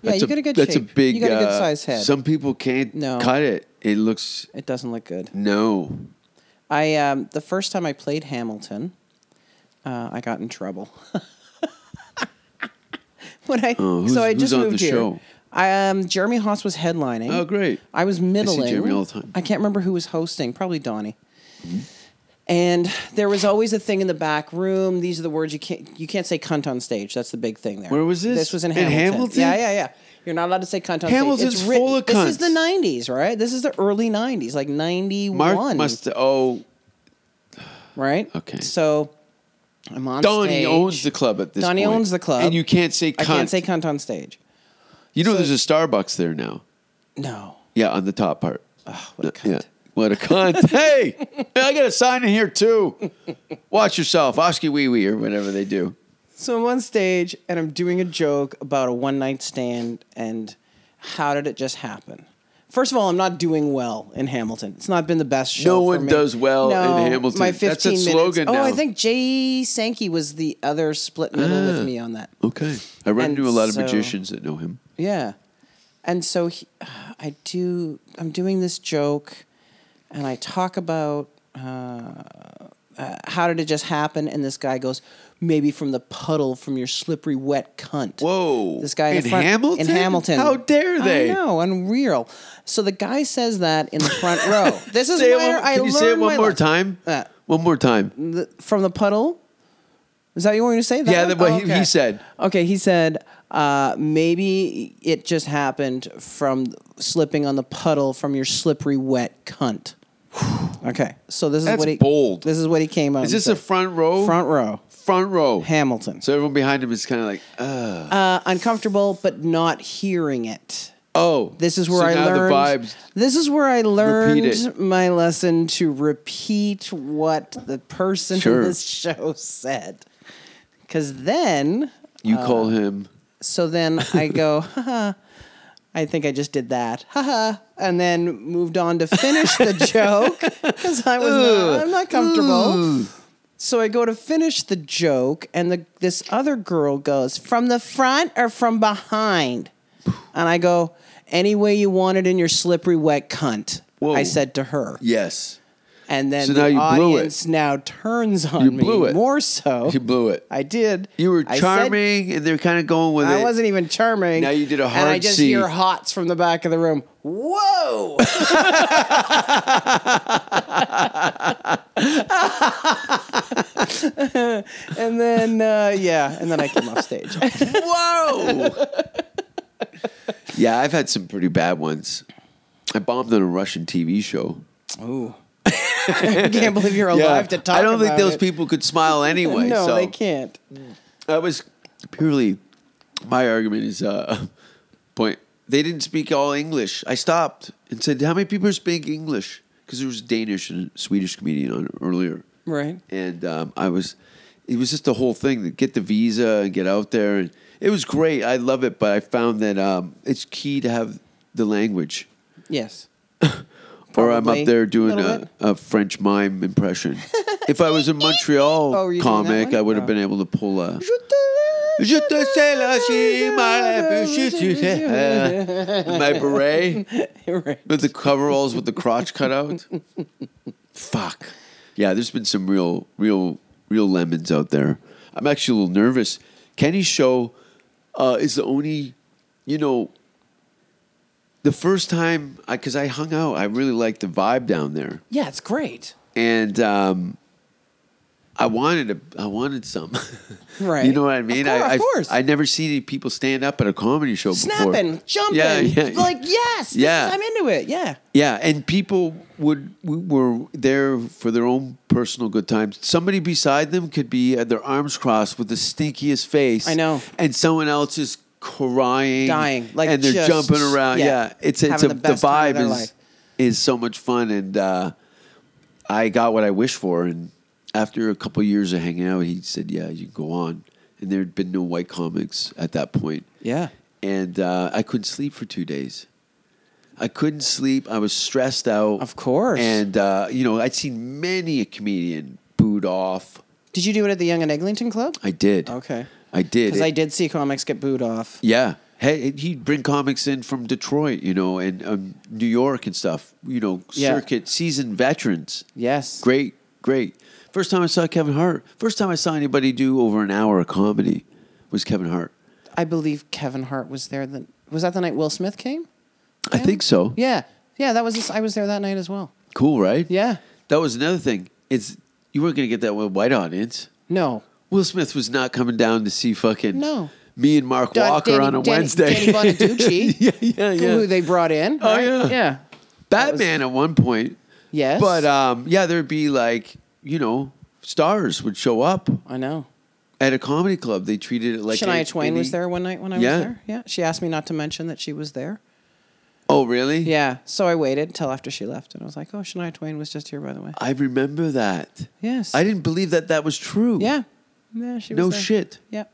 Speaker 6: Yeah,
Speaker 5: That's
Speaker 6: you got a good
Speaker 5: That's
Speaker 6: shape.
Speaker 5: a big.
Speaker 6: You got a good
Speaker 5: uh,
Speaker 6: size head.
Speaker 5: Some people can't
Speaker 6: No.
Speaker 5: cut it. It looks
Speaker 6: It doesn't look good.
Speaker 5: no.
Speaker 6: I um, the first time I played Hamilton, uh, I got in trouble. (laughs) when I
Speaker 5: Oh, who's-
Speaker 6: so I
Speaker 5: who's
Speaker 6: just
Speaker 5: on the
Speaker 6: moved here.
Speaker 5: show?
Speaker 6: I, um, Jeremy Haas was headlining.
Speaker 5: Oh, great.
Speaker 6: I was middling.
Speaker 5: Jeremy all the time. Mm-hmm.
Speaker 6: I can't remember who was hosting. Probably Donnie. And there was always a thing in the back room. These are the words you can't you can't say cunt on stage. That's the big thing there.
Speaker 5: Where was this?
Speaker 6: This was in
Speaker 5: In
Speaker 6: Hamilton.
Speaker 5: Hamilton?
Speaker 6: Yeah, yeah, yeah. You're not allowed to say cunt on stage.
Speaker 5: Hamilton's
Speaker 6: It's
Speaker 5: full
Speaker 6: written-
Speaker 5: of
Speaker 6: This is
Speaker 5: cunts.
Speaker 6: the '90s, right? This is the early '90s, like '91
Speaker 5: Mark must. Oh,
Speaker 6: right?
Speaker 5: Okay.
Speaker 6: So I'm on
Speaker 5: Donnie
Speaker 6: stage.
Speaker 5: owns the club at this
Speaker 6: Donnie
Speaker 5: point.
Speaker 6: owns the club.
Speaker 5: and you can't say cunt.
Speaker 6: I can't say cunt on stage.
Speaker 5: You know, there's a Starbucks there now.
Speaker 6: No.
Speaker 5: Yeah, on the top part.
Speaker 6: Oh, What a cunt.
Speaker 5: Yeah. What a
Speaker 6: (laughs)
Speaker 5: cunt! hey, I got a sign in here too. Watch yourself, Oski Wee Wee, or whatever they do.
Speaker 6: So I'm on stage and I'm doing a joke about a one night stand and how did it just happen? First of all, I'm not doing well in Hamilton. It's not been the best show.
Speaker 5: No
Speaker 6: for
Speaker 5: one
Speaker 6: me.
Speaker 5: does well
Speaker 6: No,
Speaker 5: in Hamilton.
Speaker 6: My 15
Speaker 5: That's a
Speaker 6: minutes.
Speaker 5: slogan
Speaker 6: Oh, I
Speaker 5: now.
Speaker 6: think Jay Sankey was the other split middle
Speaker 5: Ah.
Speaker 6: with me on that.
Speaker 5: Okay, I run
Speaker 6: And
Speaker 5: into a lot
Speaker 6: so-
Speaker 5: of magicians that know him.
Speaker 6: Yeah. And so he, I do, I'm doing this joke and I talk about uh, uh, how did it just happen? And this guy goes, maybe from the puddle from your slippery, wet cunt.
Speaker 5: Whoa.
Speaker 6: This guy in, the
Speaker 5: In
Speaker 6: front,
Speaker 5: Hamilton?
Speaker 6: In Hamilton.
Speaker 5: How dare they?
Speaker 6: I know, unreal. So the guy says that in the front row.
Speaker 5: (laughs)
Speaker 6: This is
Speaker 5: Say it
Speaker 6: where
Speaker 5: one-
Speaker 6: I
Speaker 5: can you say it
Speaker 6: learned
Speaker 5: one
Speaker 6: my
Speaker 5: more
Speaker 6: le-
Speaker 5: time?
Speaker 6: Uh,
Speaker 5: one more time.
Speaker 6: the- from the puddle. Is that what you want me to say? That
Speaker 5: Yeah,
Speaker 6: one?
Speaker 5: that- what he- he said.
Speaker 6: Okay, he said uh, maybe it just happened from slipping on the puddle from your slippery wet
Speaker 5: (sighs)
Speaker 6: cunt. Okay, so this is
Speaker 5: That's
Speaker 6: what he
Speaker 5: bold.
Speaker 6: This is what he came up.
Speaker 5: Is
Speaker 6: and
Speaker 5: this a
Speaker 6: said.
Speaker 5: front row?
Speaker 6: Front row.
Speaker 5: Front row.
Speaker 6: Hamilton.
Speaker 5: So everyone behind him is kind of like, uh,
Speaker 6: Uh, uncomfortable, but not hearing it.
Speaker 5: oh.
Speaker 6: This is where
Speaker 5: so
Speaker 6: I
Speaker 5: now
Speaker 6: learned.
Speaker 5: the vibes.
Speaker 6: This is where I learned
Speaker 5: it.
Speaker 6: my lesson to repeat what the person
Speaker 5: Sure.
Speaker 6: in this show said. Because then,
Speaker 5: You call him.
Speaker 6: so then
Speaker 5: (laughs)
Speaker 6: I go, haha. I think I just did that, haha, and then moved on to
Speaker 5: (laughs)
Speaker 6: finish the joke because I was not, I'm not comfortable. So I go to finish the joke, and the, this other girl goes, From the front or from behind? And I go, Any way you want it in your slippery, wet cunt.
Speaker 5: Whoa.
Speaker 6: I said to her.
Speaker 5: Yes.
Speaker 6: And then
Speaker 5: So
Speaker 6: the
Speaker 5: now you blew it.
Speaker 6: audience now turns on
Speaker 5: You
Speaker 6: me
Speaker 5: blew it.
Speaker 6: more so.
Speaker 5: You blew it.
Speaker 6: Oh. I did.
Speaker 5: You were
Speaker 6: I said-
Speaker 5: charming, and they're kind of going with
Speaker 6: I
Speaker 5: it.
Speaker 6: wasn't even charming.
Speaker 5: Now you did a
Speaker 6: And I
Speaker 5: hard
Speaker 6: just
Speaker 5: C.
Speaker 6: hear hots from the back of the room. Whoa! (laughs) and then uh, yeah, and then I came off stage.
Speaker 5: Whoa. (laughs) yeah, I've had some pretty bad ones. I bombed on a Russian TV show.
Speaker 6: Ooh.
Speaker 5: (laughs)
Speaker 6: I can't believe you're alive to talk.
Speaker 5: I don't think
Speaker 6: about
Speaker 5: those
Speaker 6: it.
Speaker 5: people could smile anyway.
Speaker 6: (laughs) No,
Speaker 5: so
Speaker 6: they can't.
Speaker 5: That was purely my argument is uh, point. They didn't speak all English. I stopped and said, "How many people speak English?" Because there was a Danish and Swedish comedian on earlier,
Speaker 6: Right.
Speaker 5: and um, I was, it was just the whole thing to get the visa and get out there, and it was great. I love it, but I found that um, it's key to have the language.
Speaker 6: Yes.
Speaker 5: or I'm
Speaker 6: Probably.
Speaker 5: up there doing
Speaker 6: Little
Speaker 5: a,
Speaker 6: bit.
Speaker 5: a French mime
Speaker 6: (laughs)
Speaker 5: impression. if I was a Montreal
Speaker 6: Oh, were you doing that
Speaker 5: comic,
Speaker 6: one?
Speaker 5: I would have
Speaker 6: Oh.
Speaker 5: been able to pull a. Je te salue, my je te- uh, my beret
Speaker 6: (laughs) right.
Speaker 5: with the coveralls with the crotch cut out. Fuck. Yeah, there's been some real, real, real lemons out there. I'm actually a little nervous. Kenny's show uh, is the only, you know, the first time I because I hung out. I really liked the vibe down there,
Speaker 6: Yeah, it's great.
Speaker 5: and um, I wanted to. I wanted some. (laughs)
Speaker 6: Right.
Speaker 5: You know what I
Speaker 6: Of
Speaker 5: mean?
Speaker 6: cour-
Speaker 5: I,
Speaker 6: of course.
Speaker 5: I, I never seen any people stand up at a comedy show before.
Speaker 6: Snapping, jumping,
Speaker 5: Yeah, yeah.
Speaker 6: like yes, this
Speaker 5: Yeah.
Speaker 6: is- I'm into it. Yeah.
Speaker 5: Yeah, and people would were there for their own personal good times. Somebody beside them could be at their arms crossed with the stinkiest face.
Speaker 6: I know.
Speaker 5: and someone else is crying,
Speaker 6: Dying, like
Speaker 5: and they're
Speaker 6: just-
Speaker 5: jumping around. Yeah,
Speaker 6: yeah,
Speaker 5: it's it's a,
Speaker 6: having
Speaker 5: the,
Speaker 6: the best
Speaker 5: vibe
Speaker 6: time of their
Speaker 5: is
Speaker 6: life.
Speaker 5: is so much fun, and uh, I got what I wished for. And after a couple years of hanging out, he said, "Yeah, you can go on." And there had been no white comics at that point
Speaker 6: Yeah.
Speaker 5: and uh, I couldn't sleep for two days. I couldn't sleep. I was stressed out.
Speaker 6: Of course.
Speaker 5: And uh, you know, I'd seen many a comedian booed off.
Speaker 6: Did you do it at the Young and Eglinton Club?
Speaker 5: I did.
Speaker 6: Okay.
Speaker 5: I did.
Speaker 6: Because I
Speaker 5: It-
Speaker 6: did see comics get booed off.
Speaker 5: Yeah. Hey, he'd bring comics in from Detroit, you know, and um, New York and stuff. You know,
Speaker 6: Yeah.
Speaker 5: circuit seasoned veterans.
Speaker 6: Yes.
Speaker 5: Great, great. First time I saw Kevin Hart. First time I saw anybody do over an hour of comedy was Kevin Hart.
Speaker 6: I believe Kevin Hart was there. The, was that the night Will Smith came?
Speaker 5: I think so.
Speaker 6: Yeah. Yeah, that was. This, I was there that night as well.
Speaker 5: Cool, right?
Speaker 6: Yeah.
Speaker 5: That was another thing. It's you weren't gonna get that with white audience.
Speaker 6: No.
Speaker 5: Will Smith was not coming down to see fucking
Speaker 6: No.
Speaker 5: me and Mark
Speaker 6: Da-
Speaker 5: Walker
Speaker 6: Danny-
Speaker 5: on a
Speaker 6: Danny-
Speaker 5: Wednesday.
Speaker 6: Danny Bonaducci.
Speaker 5: (laughs) yeah, yeah, yeah.
Speaker 6: Who they brought in.
Speaker 5: Oh,
Speaker 6: right?
Speaker 5: yeah.
Speaker 6: Yeah.
Speaker 5: Batman at one point.
Speaker 6: Yes.
Speaker 5: But um, yeah, there'd be like, you know, stars would show up
Speaker 6: I know.
Speaker 5: at a comedy club. They treated it like
Speaker 6: Shania
Speaker 5: any-
Speaker 6: Twain
Speaker 5: any-
Speaker 6: was there one night when I
Speaker 5: Yeah.
Speaker 6: was there. Yeah. She asked me not to mention that she was there.
Speaker 5: Oh really?
Speaker 6: Yeah. So I waited till after she left and I was like, oh, Shania Twain was just here, by the way.
Speaker 5: I remember that.
Speaker 6: Yes.
Speaker 5: I didn't believe that that was true.
Speaker 6: Yeah. Yeah, she was
Speaker 5: No
Speaker 6: there.
Speaker 5: shit.
Speaker 6: Yeah.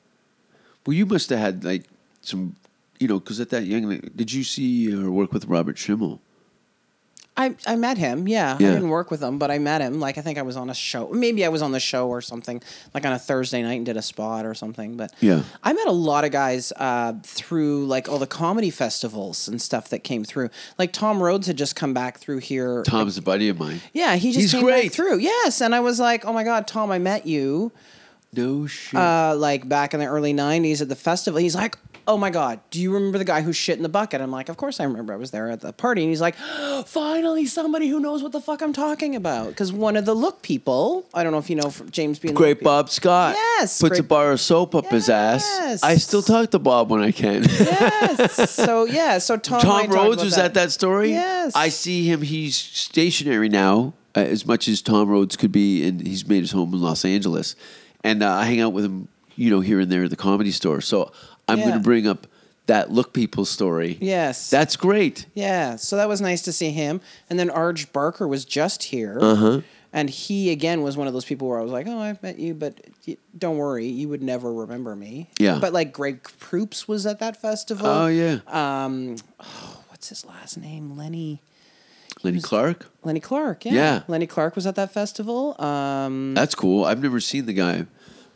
Speaker 5: Well, you must have had like some, you know, because at that young, did you see or work with Robert Schimmel?
Speaker 6: I, I met him, yeah.
Speaker 5: Yeah.
Speaker 6: I didn't work with him, but I met him. Like I think I was on a show. Maybe I was on the show or something, like on a Thursday night and did a spot or something. But
Speaker 5: Yeah.
Speaker 6: I met a lot of guys uh, through like all the comedy festivals and stuff that came through. Like Tom Rhodes had just come back through here.
Speaker 5: Tom's a buddy of mine.
Speaker 6: yeah, he just
Speaker 5: He's
Speaker 6: came
Speaker 5: great.
Speaker 6: back through. Yes, and I was like, oh my god, Tom, I met you.
Speaker 5: No shit.
Speaker 6: uh, like back in the early 90s at the festival. He's like, oh my God, do you remember the guy who shit in the bucket? I'm like, of course I remember. I was there at the party. And he's like, (gasps) finally, somebody who knows what the fuck I'm talking about. Because one of the look people, I don't know if you know from James B. and the Look
Speaker 5: Great
Speaker 6: People.
Speaker 5: Bob Scott.
Speaker 6: Yes,
Speaker 5: Puts
Speaker 6: great-
Speaker 5: a bar of soap up his ass.
Speaker 6: Yes.
Speaker 5: I still talk to Bob when I can. (laughs)
Speaker 6: Yes. so, yeah. So Tom, and
Speaker 5: Tom
Speaker 6: I talked
Speaker 5: Rhodes
Speaker 6: about
Speaker 5: was at that story.
Speaker 6: Yes.
Speaker 5: I see him. He's stationary now, uh, as much as Tom Rhodes could be, and he's made his home in Los Angeles. And uh, I hang out with him, you know, here and there at the comedy store. So I'm
Speaker 6: Yeah.
Speaker 5: going to bring up that Look People story.
Speaker 6: Yes.
Speaker 5: That's great.
Speaker 6: Yeah, so that was nice to see him. And then Arj Barker was just here.
Speaker 5: Uh-huh.
Speaker 6: And he, again, was one of those people where I was like, oh, I've met you, but y- don't worry, you would never remember me.
Speaker 5: Yeah.
Speaker 6: But like Greg Proops was at that festival.
Speaker 5: Oh yeah,
Speaker 6: Um, oh, what's his last name? Lenny.
Speaker 5: Lenny Clark.
Speaker 6: Lenny Clark, yeah.
Speaker 5: Yeah.
Speaker 6: Lenny Clark was at that festival. Um,
Speaker 5: That's cool. I've never seen the guy,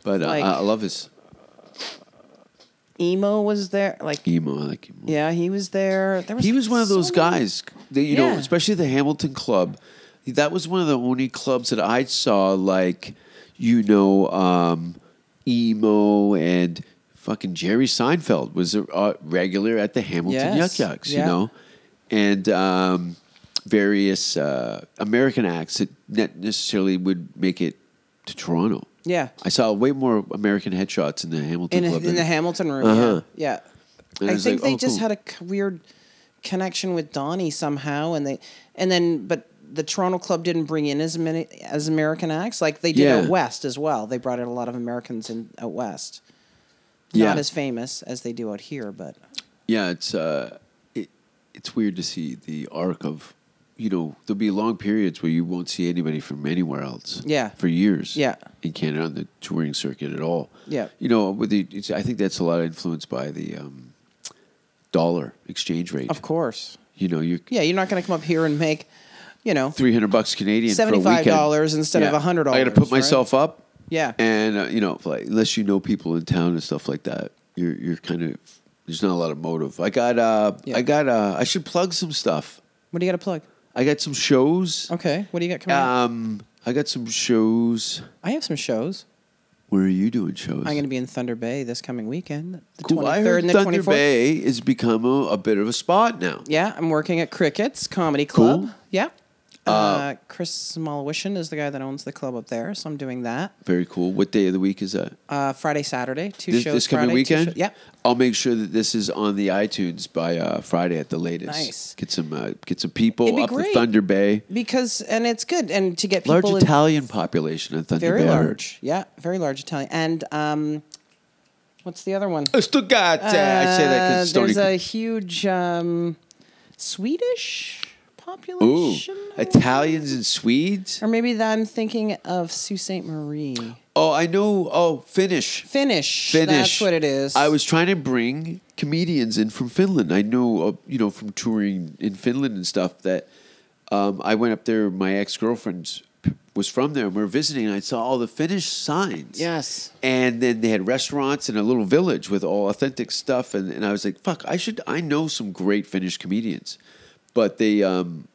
Speaker 5: but uh,
Speaker 6: Like-
Speaker 5: I, I love his
Speaker 6: Emo was there. Like,
Speaker 5: emo. I like emo.
Speaker 6: yeah, he was there. there was
Speaker 5: He was one of
Speaker 6: so
Speaker 5: those
Speaker 6: many-
Speaker 5: guys that you know,
Speaker 6: Yeah.
Speaker 5: especially the Hamilton Club. That was one of the only clubs that I saw like, you know, um, emo and fucking Jerry Seinfeld was a uh, regular at the Hamilton
Speaker 6: Yes.
Speaker 5: Yuck Yucks, you
Speaker 6: Yeah.
Speaker 5: know, and um, various uh, American acts that not necessarily would make it to Toronto.
Speaker 6: Yeah.
Speaker 5: I saw way more American headshots in the Hamilton
Speaker 6: in,
Speaker 5: Club.
Speaker 6: in the
Speaker 5: than-
Speaker 6: Hamilton room.
Speaker 5: Uh-huh.
Speaker 6: Yeah,
Speaker 5: And
Speaker 6: yeah.
Speaker 5: I
Speaker 6: I
Speaker 5: was
Speaker 6: think
Speaker 5: like,
Speaker 6: they
Speaker 5: oh,
Speaker 6: just
Speaker 5: cool.
Speaker 6: had a c- weird connection with Donnie somehow, and they and then but the Toronto club didn't bring in as many as American acts like they did
Speaker 5: Yeah.
Speaker 6: out west as well. They brought in a lot of Americans in out west.
Speaker 5: Yeah.
Speaker 6: Not as famous as they do out here, but
Speaker 5: Yeah, it's uh, it, it's weird to see the arc of, you know, there'll be long periods where you won't see anybody from anywhere else.
Speaker 6: Yeah.
Speaker 5: for years.
Speaker 6: Yeah.
Speaker 5: in Canada on the touring circuit at all.
Speaker 6: Yeah.
Speaker 5: you know, with the it's, I think that's a lot influenced by the um, dollar exchange rate.
Speaker 6: of course,
Speaker 5: you know, you're
Speaker 6: yeah, you're not going to come up here and make, you know,
Speaker 5: three hundred bucks Canadian, for a weekend.
Speaker 6: $75 instead of $100,
Speaker 5: I got to put
Speaker 6: right?
Speaker 5: myself up.
Speaker 6: Yeah.
Speaker 5: and uh, you know, like, unless you know people in town and stuff like that, you're you're kind of there's not a lot of motive. I got uh,
Speaker 6: Yeah.
Speaker 5: I got uh, I should plug some stuff.
Speaker 6: what do you got to plug?
Speaker 5: I got some shows.
Speaker 6: Okay, what do you got coming? up?
Speaker 5: Um, I got some shows.
Speaker 6: I have some shows.
Speaker 5: Where are you doing shows?
Speaker 6: I'm going to be in Thunder Bay this coming weekend, the
Speaker 5: Cool. I
Speaker 6: 23rd
Speaker 5: heard
Speaker 6: and the
Speaker 5: Thunder
Speaker 6: 24th.
Speaker 5: Bay has become a, a bit of a spot now.
Speaker 6: Yeah, I'm working at Crickets Comedy Club.
Speaker 5: Cool.
Speaker 6: Yeah. Uh, Chris Smallwishin is the guy that owns the club up there, so I'm doing that.
Speaker 5: Very cool. What day of the week is that?
Speaker 6: Uh, Friday, Saturday, two
Speaker 5: This,
Speaker 6: shows.
Speaker 5: this coming
Speaker 6: Friday, two
Speaker 5: weekend.
Speaker 6: sho- yeah.
Speaker 5: I'll make sure that this is on the iTunes by uh, Friday at the latest.
Speaker 6: Nice.
Speaker 5: Get some uh, get some people
Speaker 6: It'd be
Speaker 5: up the
Speaker 6: great.
Speaker 5: Thunder Bay.
Speaker 6: Because and it's good and to get
Speaker 5: Large
Speaker 6: people in-
Speaker 5: Italian population in Thunder
Speaker 6: very
Speaker 5: Bay. I heard.
Speaker 6: large. Yeah, very large Italian. And um, what's the other one?
Speaker 5: Oh, Stuttgart. I say that
Speaker 6: Uh,
Speaker 5: because Stony
Speaker 6: there's a huge um, Swedish
Speaker 5: Ooh,
Speaker 6: population. I don't know.
Speaker 5: Italians and Swedes.
Speaker 6: Or maybe that I'm thinking of Sault Ste. Marie.
Speaker 5: Oh, I know. Oh, Finnish.
Speaker 6: Finnish.
Speaker 5: Finnish.
Speaker 6: That's what it is.
Speaker 5: I was trying to bring comedians in from Finland. I know, uh, you know, from touring in Finland and stuff that um, I went up there. My ex girlfriend was from there, and we were visiting. And I saw all the Finnish signs.
Speaker 6: Yes.
Speaker 5: And then they had restaurants in a little village with all authentic stuff. And, and I was like, fuck, I should. I know some great Finnish comedians, but they. Um,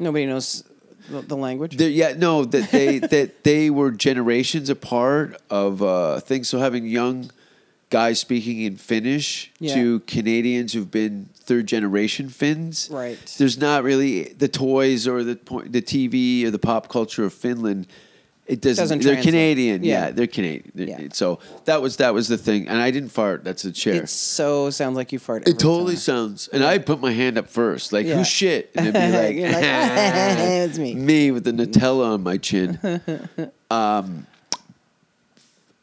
Speaker 6: Nobody knows the, the language.
Speaker 5: They're- yeah, no, that
Speaker 6: (laughs)
Speaker 5: they that they were generations apart of uh, things. So having young guys speaking in Finnish
Speaker 6: Yeah.
Speaker 5: to Canadians who've been third generation Finns,
Speaker 6: Right.
Speaker 5: There's not really the toys or the po- the TV or the pop culture of Finland. It doesn't.
Speaker 6: Doesn't
Speaker 5: they're
Speaker 6: translate.
Speaker 5: Canadian, yeah.
Speaker 6: Yeah.
Speaker 5: They're Canadian. They're-
Speaker 6: Yeah.
Speaker 5: So that was that was the thing, and I didn't fart. That's the chair.
Speaker 6: It so sounds like you farted.
Speaker 5: it totally sounds, and I put my hand up first, like
Speaker 6: Yeah.
Speaker 5: who shit, and
Speaker 6: (laughs)
Speaker 5: it'd be like,
Speaker 6: You're like,
Speaker 5: (laughs)
Speaker 6: (laughs) "It's me."
Speaker 5: with the Nutella on my
Speaker 6: (laughs)
Speaker 5: chin. Um,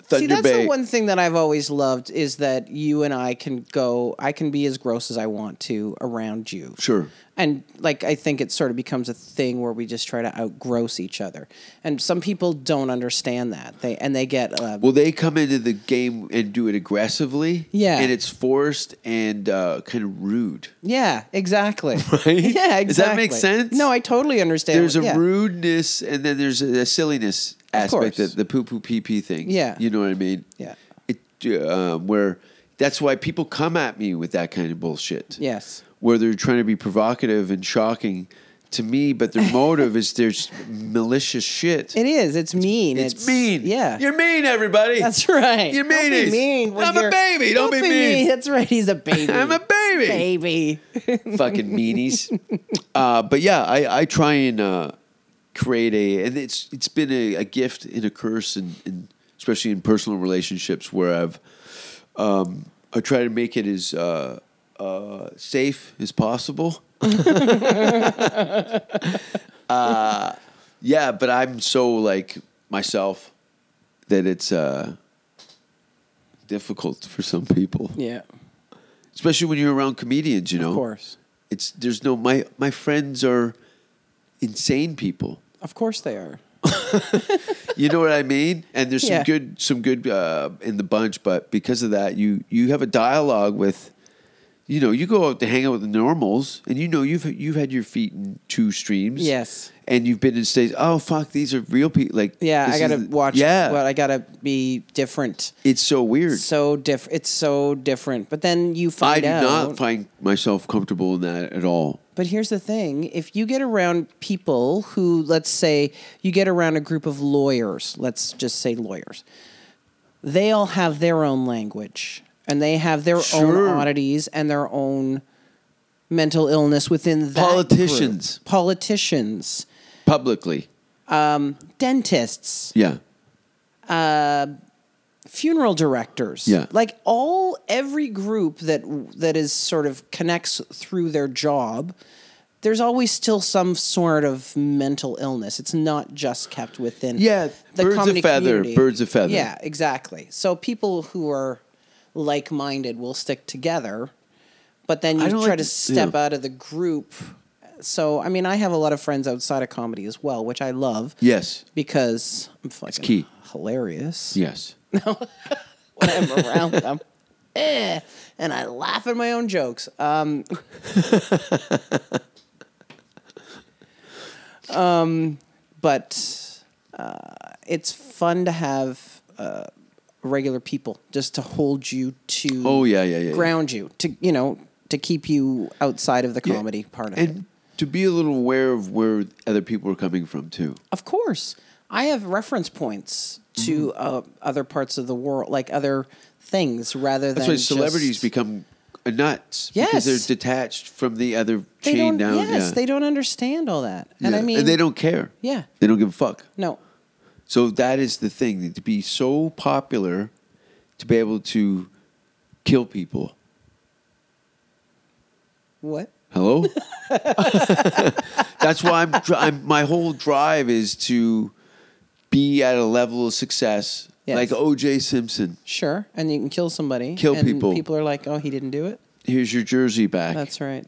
Speaker 5: Thunder
Speaker 6: See, that's
Speaker 5: Bay.
Speaker 6: the one thing that I've always loved is that you and I can go. I can be as gross as I want to around you.
Speaker 5: Sure.
Speaker 6: And like I think it sort of becomes a thing where we just try to outgross each other, and some people don't understand that. They and they get uh,
Speaker 5: Well, they come into the game and do it aggressively.
Speaker 6: Yeah.
Speaker 5: and it's forced and uh, kind of rude.
Speaker 6: yeah, exactly.
Speaker 5: (laughs) Right?
Speaker 6: Yeah, exactly.
Speaker 5: Does that make sense?
Speaker 6: No, I totally understand.
Speaker 5: There's a
Speaker 6: yeah.
Speaker 5: rudeness, and then there's a, a silliness aspect,
Speaker 6: course.
Speaker 5: of the poo poo pee pee thing.
Speaker 6: Yeah.
Speaker 5: you know what I mean.
Speaker 6: Yeah.
Speaker 5: it uh, where that's why people come at me with that kind of bullshit.
Speaker 6: Yes.
Speaker 5: where they're trying to be provocative and shocking to me, but
Speaker 6: (laughs)
Speaker 5: their motive is there's malicious shit.
Speaker 6: It is. It's mean.
Speaker 5: it's, mean.
Speaker 6: Yeah.
Speaker 5: You're mean, everybody.
Speaker 6: That's (laughs) right.
Speaker 5: You're
Speaker 6: Don't be
Speaker 5: meanies.
Speaker 6: mean when
Speaker 5: I'm a
Speaker 6: you're-
Speaker 5: baby. Don't be mean.
Speaker 6: That's right. He's a
Speaker 5: (laughs)
Speaker 6: baby.
Speaker 5: I'm a baby.
Speaker 6: baby.
Speaker 5: (laughs) fucking meanies. uh, but yeah, I, I try and uh, create a, and it's it's been a, a gift and a curse, and, and especially in personal relationships where I've, um, I try to make it as uh, uh, safe as possible. (laughs) uh, Uh, yeah, but I'm so like myself that it's uh, difficult for some people,
Speaker 6: yeah.
Speaker 5: especially when you're around comedians. You know,
Speaker 6: Of course.
Speaker 5: it's there's no my my friends are insane people.
Speaker 6: Of course they are.
Speaker 5: You know what I mean? And there's
Speaker 6: Yeah.
Speaker 5: some good some good uh, in the bunch, but because of that, you you have a dialogue with. You know, you go out to hang out with the normals, and you know you've you've had your feet in two streams.
Speaker 6: Yes.
Speaker 5: and you've been in states. Oh fuck, these are real people. Like,
Speaker 6: Yeah,
Speaker 5: this
Speaker 6: I gotta
Speaker 5: is-
Speaker 6: watch.
Speaker 5: Yeah,
Speaker 6: but I gotta be different.
Speaker 5: it's so weird.
Speaker 6: So diff. It's so different. But then you
Speaker 5: I
Speaker 6: find
Speaker 5: do
Speaker 6: out.
Speaker 5: not find myself comfortable in that at all.
Speaker 6: But here's the thing if you get around people who, let's say, you get around a group of lawyers, let's just say lawyers, they all have their own language and they have their
Speaker 5: Sure.
Speaker 6: own oddities and their own mental illness within that.
Speaker 5: Politicians.
Speaker 6: group. Politicians.
Speaker 5: Publicly,
Speaker 6: Dentists.
Speaker 5: yeah,
Speaker 6: funeral directors
Speaker 5: Yeah.
Speaker 6: like all every group that that is sort of connects through their job there's always still some sort of mental illness it's not just kept within
Speaker 5: Yeah, birds of
Speaker 6: comedy
Speaker 5: feather, birds of feather.
Speaker 6: yeah exactly so people who are like-minded will stick together but then
Speaker 5: I
Speaker 6: you
Speaker 5: don't
Speaker 6: try
Speaker 5: like
Speaker 6: to
Speaker 5: to-
Speaker 6: step
Speaker 5: yeah.
Speaker 6: out of the group so i mean i have a lot of friends outside of comedy as well which i love
Speaker 5: yes,
Speaker 6: because i'm fucking
Speaker 5: key.
Speaker 6: hilarious
Speaker 5: yes.
Speaker 6: when I'm around them. (laughs) Eh, and I laugh at my own jokes. Um, um, but uh, it's fun to have uh, regular people just to hold you to.
Speaker 5: Oh, yeah, yeah, yeah, yeah.
Speaker 6: Ground you to you know to keep you outside of the
Speaker 5: Yeah.
Speaker 6: comedy part of it.
Speaker 5: and to be a little aware of where other people are coming from too.
Speaker 6: Of course, I have reference points to
Speaker 5: Mm-hmm.
Speaker 6: uh, other parts of the world, like other things, rather
Speaker 5: That's
Speaker 6: than
Speaker 5: why celebrities
Speaker 6: just-
Speaker 5: become nuts
Speaker 6: Yes.
Speaker 5: because they're detached from the other
Speaker 6: they
Speaker 5: chain
Speaker 6: don't,
Speaker 5: down.
Speaker 6: Yes,
Speaker 5: yeah.
Speaker 6: they don't understand all that. And
Speaker 5: Yeah.
Speaker 6: I mean,
Speaker 5: and they don't care.
Speaker 6: Yeah.
Speaker 5: they don't give a fuck.
Speaker 6: No,
Speaker 5: So that is the thing to be so popular, to be able to kill people.
Speaker 6: what? (laughs)
Speaker 5: Hello. That's why I'm, dri- I'm. My whole drive is to be at a level of success
Speaker 6: Yes.
Speaker 5: like O.J. Simpson.
Speaker 6: Sure, and you can kill somebody.
Speaker 5: Kill
Speaker 6: and
Speaker 5: people.
Speaker 6: People are like, oh, he didn't do it.
Speaker 5: Here's your jersey back.
Speaker 6: That's right.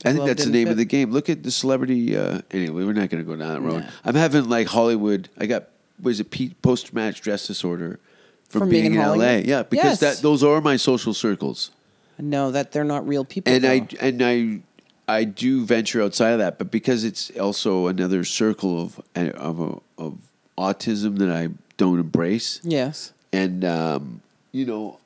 Speaker 5: I think
Speaker 6: Glove
Speaker 5: that's the
Speaker 6: didn't
Speaker 5: name of
Speaker 6: fit.
Speaker 5: the game. Look at the celebrity. Uh, anyway, we're not going to go down that road.
Speaker 6: Nah.
Speaker 5: I'm having like Hollywood. I got was it Pete post match stress disorder from,
Speaker 6: From being
Speaker 5: being,
Speaker 6: in
Speaker 5: in
Speaker 6: Hollywood?
Speaker 5: LA. Yeah, because
Speaker 6: Yes.
Speaker 5: that those are my social circles,
Speaker 6: No, that they're not real people.
Speaker 5: and I
Speaker 6: though.
Speaker 5: and I I do venture outside of that, but because it's also another circle of of of autism that I don't embrace
Speaker 6: yes,
Speaker 5: and um, you know,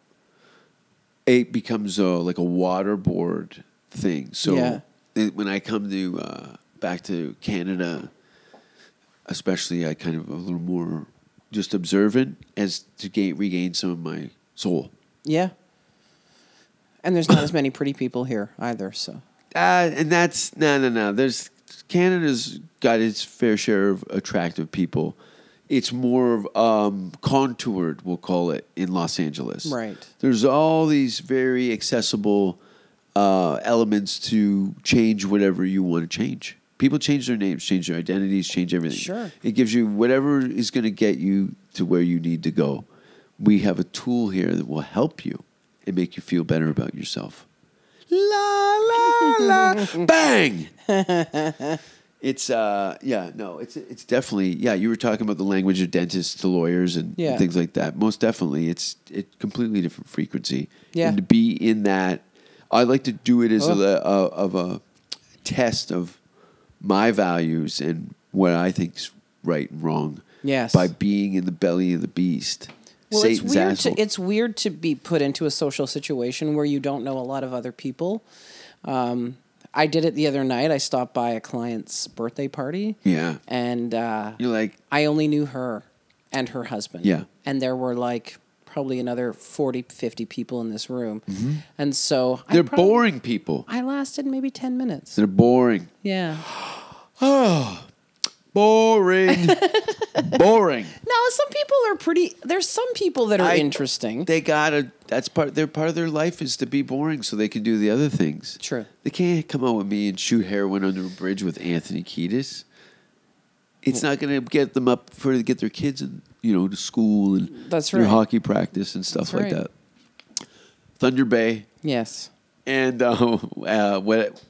Speaker 5: it becomes a, like a waterboard thing. So
Speaker 6: Yeah.
Speaker 5: it- when I come to uh, back to Canada, especially, I kind of a little more just observant as to gain, regain some of my soul.
Speaker 6: yeah. And there's not as many pretty people here either. So
Speaker 5: Uh, and that's no, no, no. There's Canada's got its fair share of attractive people. It's more of um, contoured, we'll call it, in Los Angeles.
Speaker 6: Right.
Speaker 5: There's all these very accessible uh, elements to change whatever you want to change. People change their names, change their identities, change everything.
Speaker 6: Sure.
Speaker 5: It gives you whatever is going to get you to where you need to go. We have a tool here that will help you and make you feel better about yourself la la (laughs) la bang it's uh yeah no it's it's definitely yeah you were talking about the language of dentists to lawyers and, and
Speaker 6: Yeah.
Speaker 5: things like that most definitely it's it completely different frequency
Speaker 6: Yeah.
Speaker 5: and to be in that i like to do it as a,
Speaker 6: Oh.
Speaker 5: a of a test of my values and what i think's right and wrong
Speaker 6: Yes.
Speaker 5: by being in the belly of the beast
Speaker 6: well,
Speaker 5: satan's
Speaker 6: it's weird.
Speaker 5: asshole
Speaker 6: To, it's weird to be put into a social situation where you don't know a lot of other people. Um, I did it the other night. I stopped by a client's birthday party.
Speaker 5: Yeah.
Speaker 6: And uh,
Speaker 5: You're like-
Speaker 6: I only knew her and her husband.
Speaker 5: Yeah.
Speaker 6: And there were like probably another 40, 50 people in this room. And so I
Speaker 5: Mm-hmm. They're
Speaker 6: probably-
Speaker 5: boring people.
Speaker 6: I lasted maybe 10 minutes.
Speaker 5: They're boring.
Speaker 6: Yeah.
Speaker 5: (sighs)
Speaker 6: (laughs)
Speaker 5: Boring. boring.
Speaker 6: No, some people are pretty. There's some people that are
Speaker 5: I-
Speaker 6: interesting.
Speaker 5: They gotta. That's part. Their part of their life is to be boring, so they can do the other things.
Speaker 6: True.
Speaker 5: They can't come out with me and shoot heroin under a bridge with Anthony Kiedis. It's not gonna get them up for to get their kids, and you know, to school and
Speaker 6: That's
Speaker 5: their
Speaker 6: right.
Speaker 5: hockey practice and stuff
Speaker 6: That's
Speaker 5: like
Speaker 6: right.
Speaker 5: that. Thunder Bay
Speaker 6: yes.
Speaker 5: and uh, (laughs) uh, what?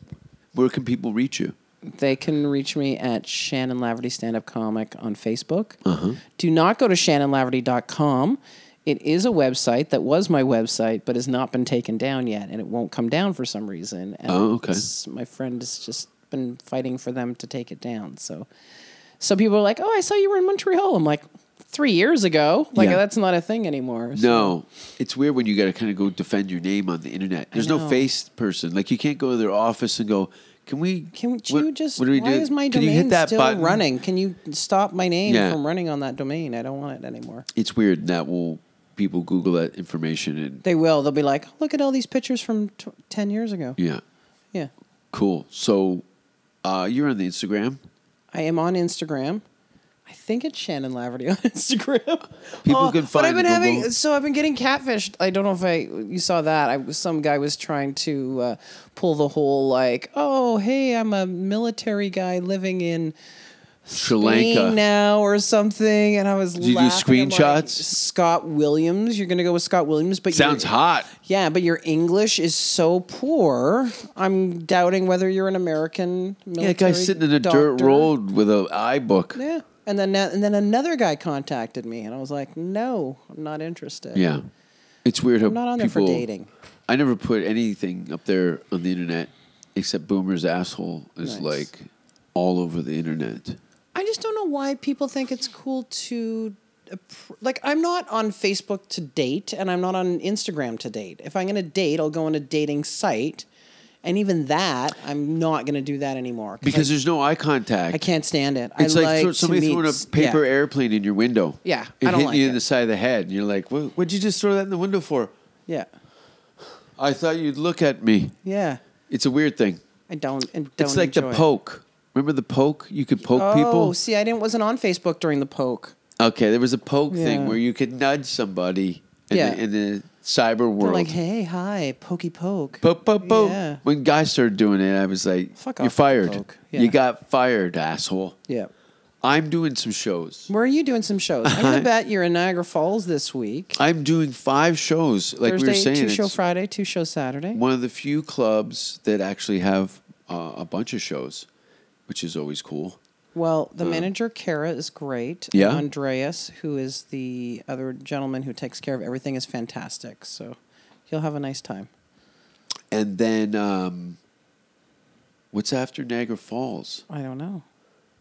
Speaker 5: Where can people reach you?
Speaker 6: They can reach me at Shannon Laverty Stand Up Comic on Facebook.
Speaker 5: Uh-huh.
Speaker 6: Do not go to shannonlaverty.com. It is a website that was my website, but has not been taken down yet, and it won't come down for some reason. And
Speaker 5: Oh, okay.
Speaker 6: it's- My friend has just been fighting for them to take it down. So, so people are like, "Oh, I saw you were in Montreal." I'm like, three years ago. Like
Speaker 5: Yeah.
Speaker 6: that's not a thing anymore. So-
Speaker 5: No, it's weird when you got to kind of go defend your name on the internet. There's no
Speaker 6: know.
Speaker 5: face person. Like you can't go to their office and go, "Can we?
Speaker 6: Can you just?
Speaker 5: do we
Speaker 6: why
Speaker 5: do?
Speaker 6: is my
Speaker 5: Can
Speaker 6: domain
Speaker 5: you hit that
Speaker 6: still
Speaker 5: button?"
Speaker 6: running? Can you stop my name
Speaker 5: Yeah.
Speaker 6: from running on that domain? I don't want it anymore.
Speaker 5: It's weird that will people Google that information and
Speaker 6: They will. They'll be like, look at all these pictures from t- ten years ago.
Speaker 5: yeah,
Speaker 6: Yeah,
Speaker 5: cool. So uh, you're on the Instagram.
Speaker 6: I am on Instagram. I think it's Shannon Laverty on (laughs) Instagram. Oh,
Speaker 5: People can
Speaker 6: But I've
Speaker 5: find
Speaker 6: been
Speaker 5: the
Speaker 6: having
Speaker 5: Google-
Speaker 6: so I've been getting catfished. I don't know if I you saw that. I was some guy was trying to uh, pull the whole like, oh hey, I'm a military guy living in
Speaker 5: Sri
Speaker 6: Spain
Speaker 5: Lanka.
Speaker 6: now or something, and I was.
Speaker 5: you do
Speaker 6: laughing. I'm like,
Speaker 5: screenshots?
Speaker 6: Scott Williams. You're gonna go with Scott Williams, but
Speaker 5: Sounds
Speaker 6: your-
Speaker 5: hot.
Speaker 6: Yeah, but your English is so poor. I'm doubting whether you're an American.
Speaker 5: Yeah,
Speaker 6: Military
Speaker 5: that guy's sitting in a dirt
Speaker 6: doctor.
Speaker 5: road with an eye book.
Speaker 6: Yeah, and then and then another guy contacted me, and I was like, no, I'm not interested.
Speaker 5: Yeah, it's weird how
Speaker 6: I'm not on there for
Speaker 5: people.
Speaker 6: dating.
Speaker 5: I never put anything up there on the internet except Boomer's asshole is
Speaker 6: Nice.
Speaker 5: like all over the internet.
Speaker 6: I just don't know why people think it's cool to appr- like I'm not on Facebook to date and I'm not on Instagram to date. If I'm going to date, I'll go on a dating site. And even that, I'm not going to do that anymore
Speaker 5: Because
Speaker 6: I,
Speaker 5: there's no eye contact.
Speaker 6: I can't stand it.
Speaker 5: It's
Speaker 6: I
Speaker 5: like, throw-
Speaker 6: to
Speaker 5: somebody
Speaker 6: meet
Speaker 5: throwing
Speaker 6: s-
Speaker 5: a paper
Speaker 6: yeah.
Speaker 5: airplane in your window.
Speaker 6: Yeah,
Speaker 5: and
Speaker 6: I don't
Speaker 5: hitting
Speaker 6: like
Speaker 5: you in
Speaker 6: it.
Speaker 5: the side of the head, and you're like, "What? What'd you just throw that in the window for?"
Speaker 6: Yeah.
Speaker 5: I thought you'd look at me.
Speaker 6: Yeah.
Speaker 5: It's a weird thing.
Speaker 6: I don't and don't
Speaker 5: It's like
Speaker 6: enjoy
Speaker 5: the
Speaker 6: it.
Speaker 5: poke. Remember the poke? You could poke
Speaker 6: Oh,
Speaker 5: people.
Speaker 6: see, I didn't wasn't on Facebook during the poke.
Speaker 5: Okay, there was a poke thing
Speaker 6: Yeah.
Speaker 5: where you could nudge somebody in,
Speaker 6: Yeah.
Speaker 5: the, in the cyber
Speaker 6: They're
Speaker 5: world.
Speaker 6: like, "Hey, hi, pokey poke."
Speaker 5: Poke, poke, poke.
Speaker 6: Yeah.
Speaker 5: When guys started doing it, I was like,
Speaker 6: Fuck
Speaker 5: "You're
Speaker 6: off,
Speaker 5: fired.
Speaker 6: poke. Yeah.
Speaker 5: You got fired, asshole."
Speaker 6: yeah.
Speaker 5: I'm doing some shows.
Speaker 6: Where are you doing some shows?
Speaker 5: (laughs)
Speaker 6: I'm going to bet you're in Niagara Falls this week.
Speaker 5: I'm doing five shows. Like
Speaker 6: Thursday,
Speaker 5: we were saying,
Speaker 6: two show
Speaker 5: it's-
Speaker 6: Friday, two show Saturday.
Speaker 5: one of the few clubs that actually have uh, a bunch of shows, which is always cool.
Speaker 6: Well, the manager Kara is great.
Speaker 5: Uh. Yeah.
Speaker 6: Andreas, who is the other gentleman who takes care of everything, is fantastic. So you'll have a nice time.
Speaker 5: And then, um, what's after Niagara Falls?
Speaker 6: I don't know.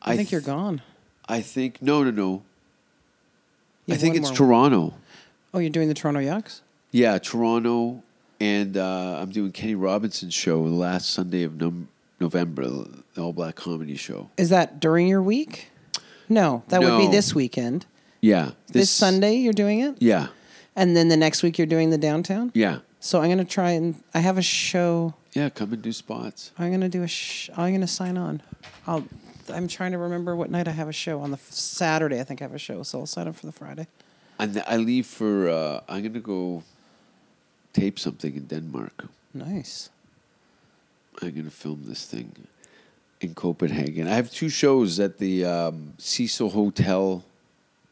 Speaker 6: I, think
Speaker 5: th-
Speaker 6: you're gone.
Speaker 5: I think no, no, no. I
Speaker 6: You have
Speaker 5: think
Speaker 6: one
Speaker 5: it's
Speaker 6: more-
Speaker 5: Toronto.
Speaker 6: Oh, you're doing the Toronto Yucks.
Speaker 5: Yeah, Toronto, and uh, I'm doing Kenny Robinson's show last Sunday of num- November, the all black comedy show.
Speaker 6: Is that during your week? No, that would
Speaker 5: No.
Speaker 6: be this weekend.
Speaker 5: Yeah,
Speaker 6: This, Sunday you're doing it,
Speaker 5: Yeah,
Speaker 6: and then the next week you're doing the downtown.
Speaker 5: yeah,
Speaker 6: So I'm gonna try and I have a show.
Speaker 5: yeah. Come and do spots.
Speaker 6: I'm gonna do a. Sh- I'm gonna sign on. I'll. I'm trying to remember what night I have a show on the f- Saturday. I think I have a show, so I'll sign up for the Friday.
Speaker 5: And I leave for. Uh, I'm gonna go tape something in Denmark.
Speaker 6: Nice.
Speaker 5: I'm gonna film this thing in Copenhagen. I have two shows at the um, Cecil Hotel,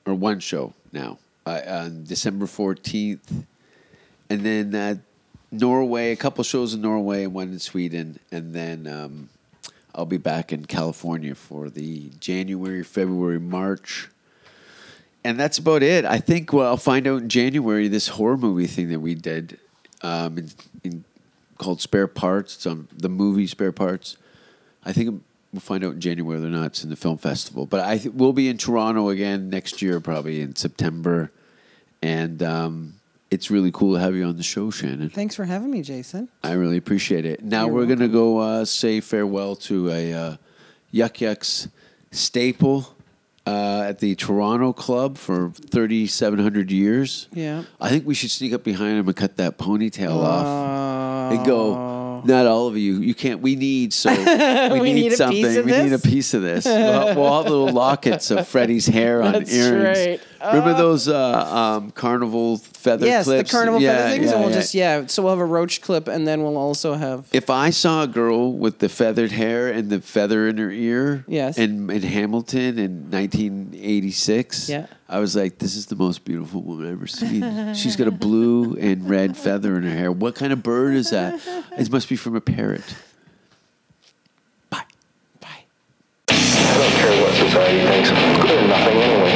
Speaker 5: or one show now uh, on December 14th, and then at Norway, a couple shows in Norway, one in Sweden, and then um, I'll be back in California for the January, February, March. And that's about it. I think well, I'll find out in January this horror movie thing that we did, um, in, in, called Spare Parts. It's on the movie Spare Parts. I think we'll find out in January whether or not it's in the film festival. But I th- we'll be in Toronto again next year, probably in September, and um, It's really cool to have you on the show, Shannon.
Speaker 6: Thanks for having me, Jason.
Speaker 5: I really appreciate it. Now
Speaker 6: You're
Speaker 5: we're going to go uh, say farewell to a uh, Yuck Yucks staple uh, at the Toronto Club for 3,700 years.
Speaker 6: Yeah.
Speaker 5: I think we should sneak up behind him and cut that ponytail off
Speaker 6: Uh,
Speaker 5: and go. Not all of you. You can't. We need
Speaker 6: (laughs)
Speaker 5: so. We,
Speaker 6: We need a piece
Speaker 5: something.
Speaker 6: of
Speaker 5: we need a
Speaker 6: this?
Speaker 5: piece of this. we'll, we'll have little lockets of Freddie's hair on
Speaker 6: That's
Speaker 5: earrings.
Speaker 6: right.
Speaker 5: Remember those uh, um, carnival feather
Speaker 6: yes,
Speaker 5: clips?
Speaker 6: the carnival
Speaker 5: Yeah,
Speaker 6: feather things,
Speaker 5: yeah,
Speaker 6: and we'll
Speaker 5: yeah.
Speaker 6: just yeah. So we'll have a roach clip, and then we'll also have
Speaker 5: If I saw a girl with the feathered hair and the feather in her ear,
Speaker 6: Yes.
Speaker 5: and in Hamilton in 1986,
Speaker 6: Yeah.
Speaker 5: I was like, "This is the most beautiful woman I've ever seen. She's got a blue and red feather in her hair. What kind of bird is that? It must be from a parrot."
Speaker 6: bye.
Speaker 1: I don't care what society thinks. I'm good at nothing anyway.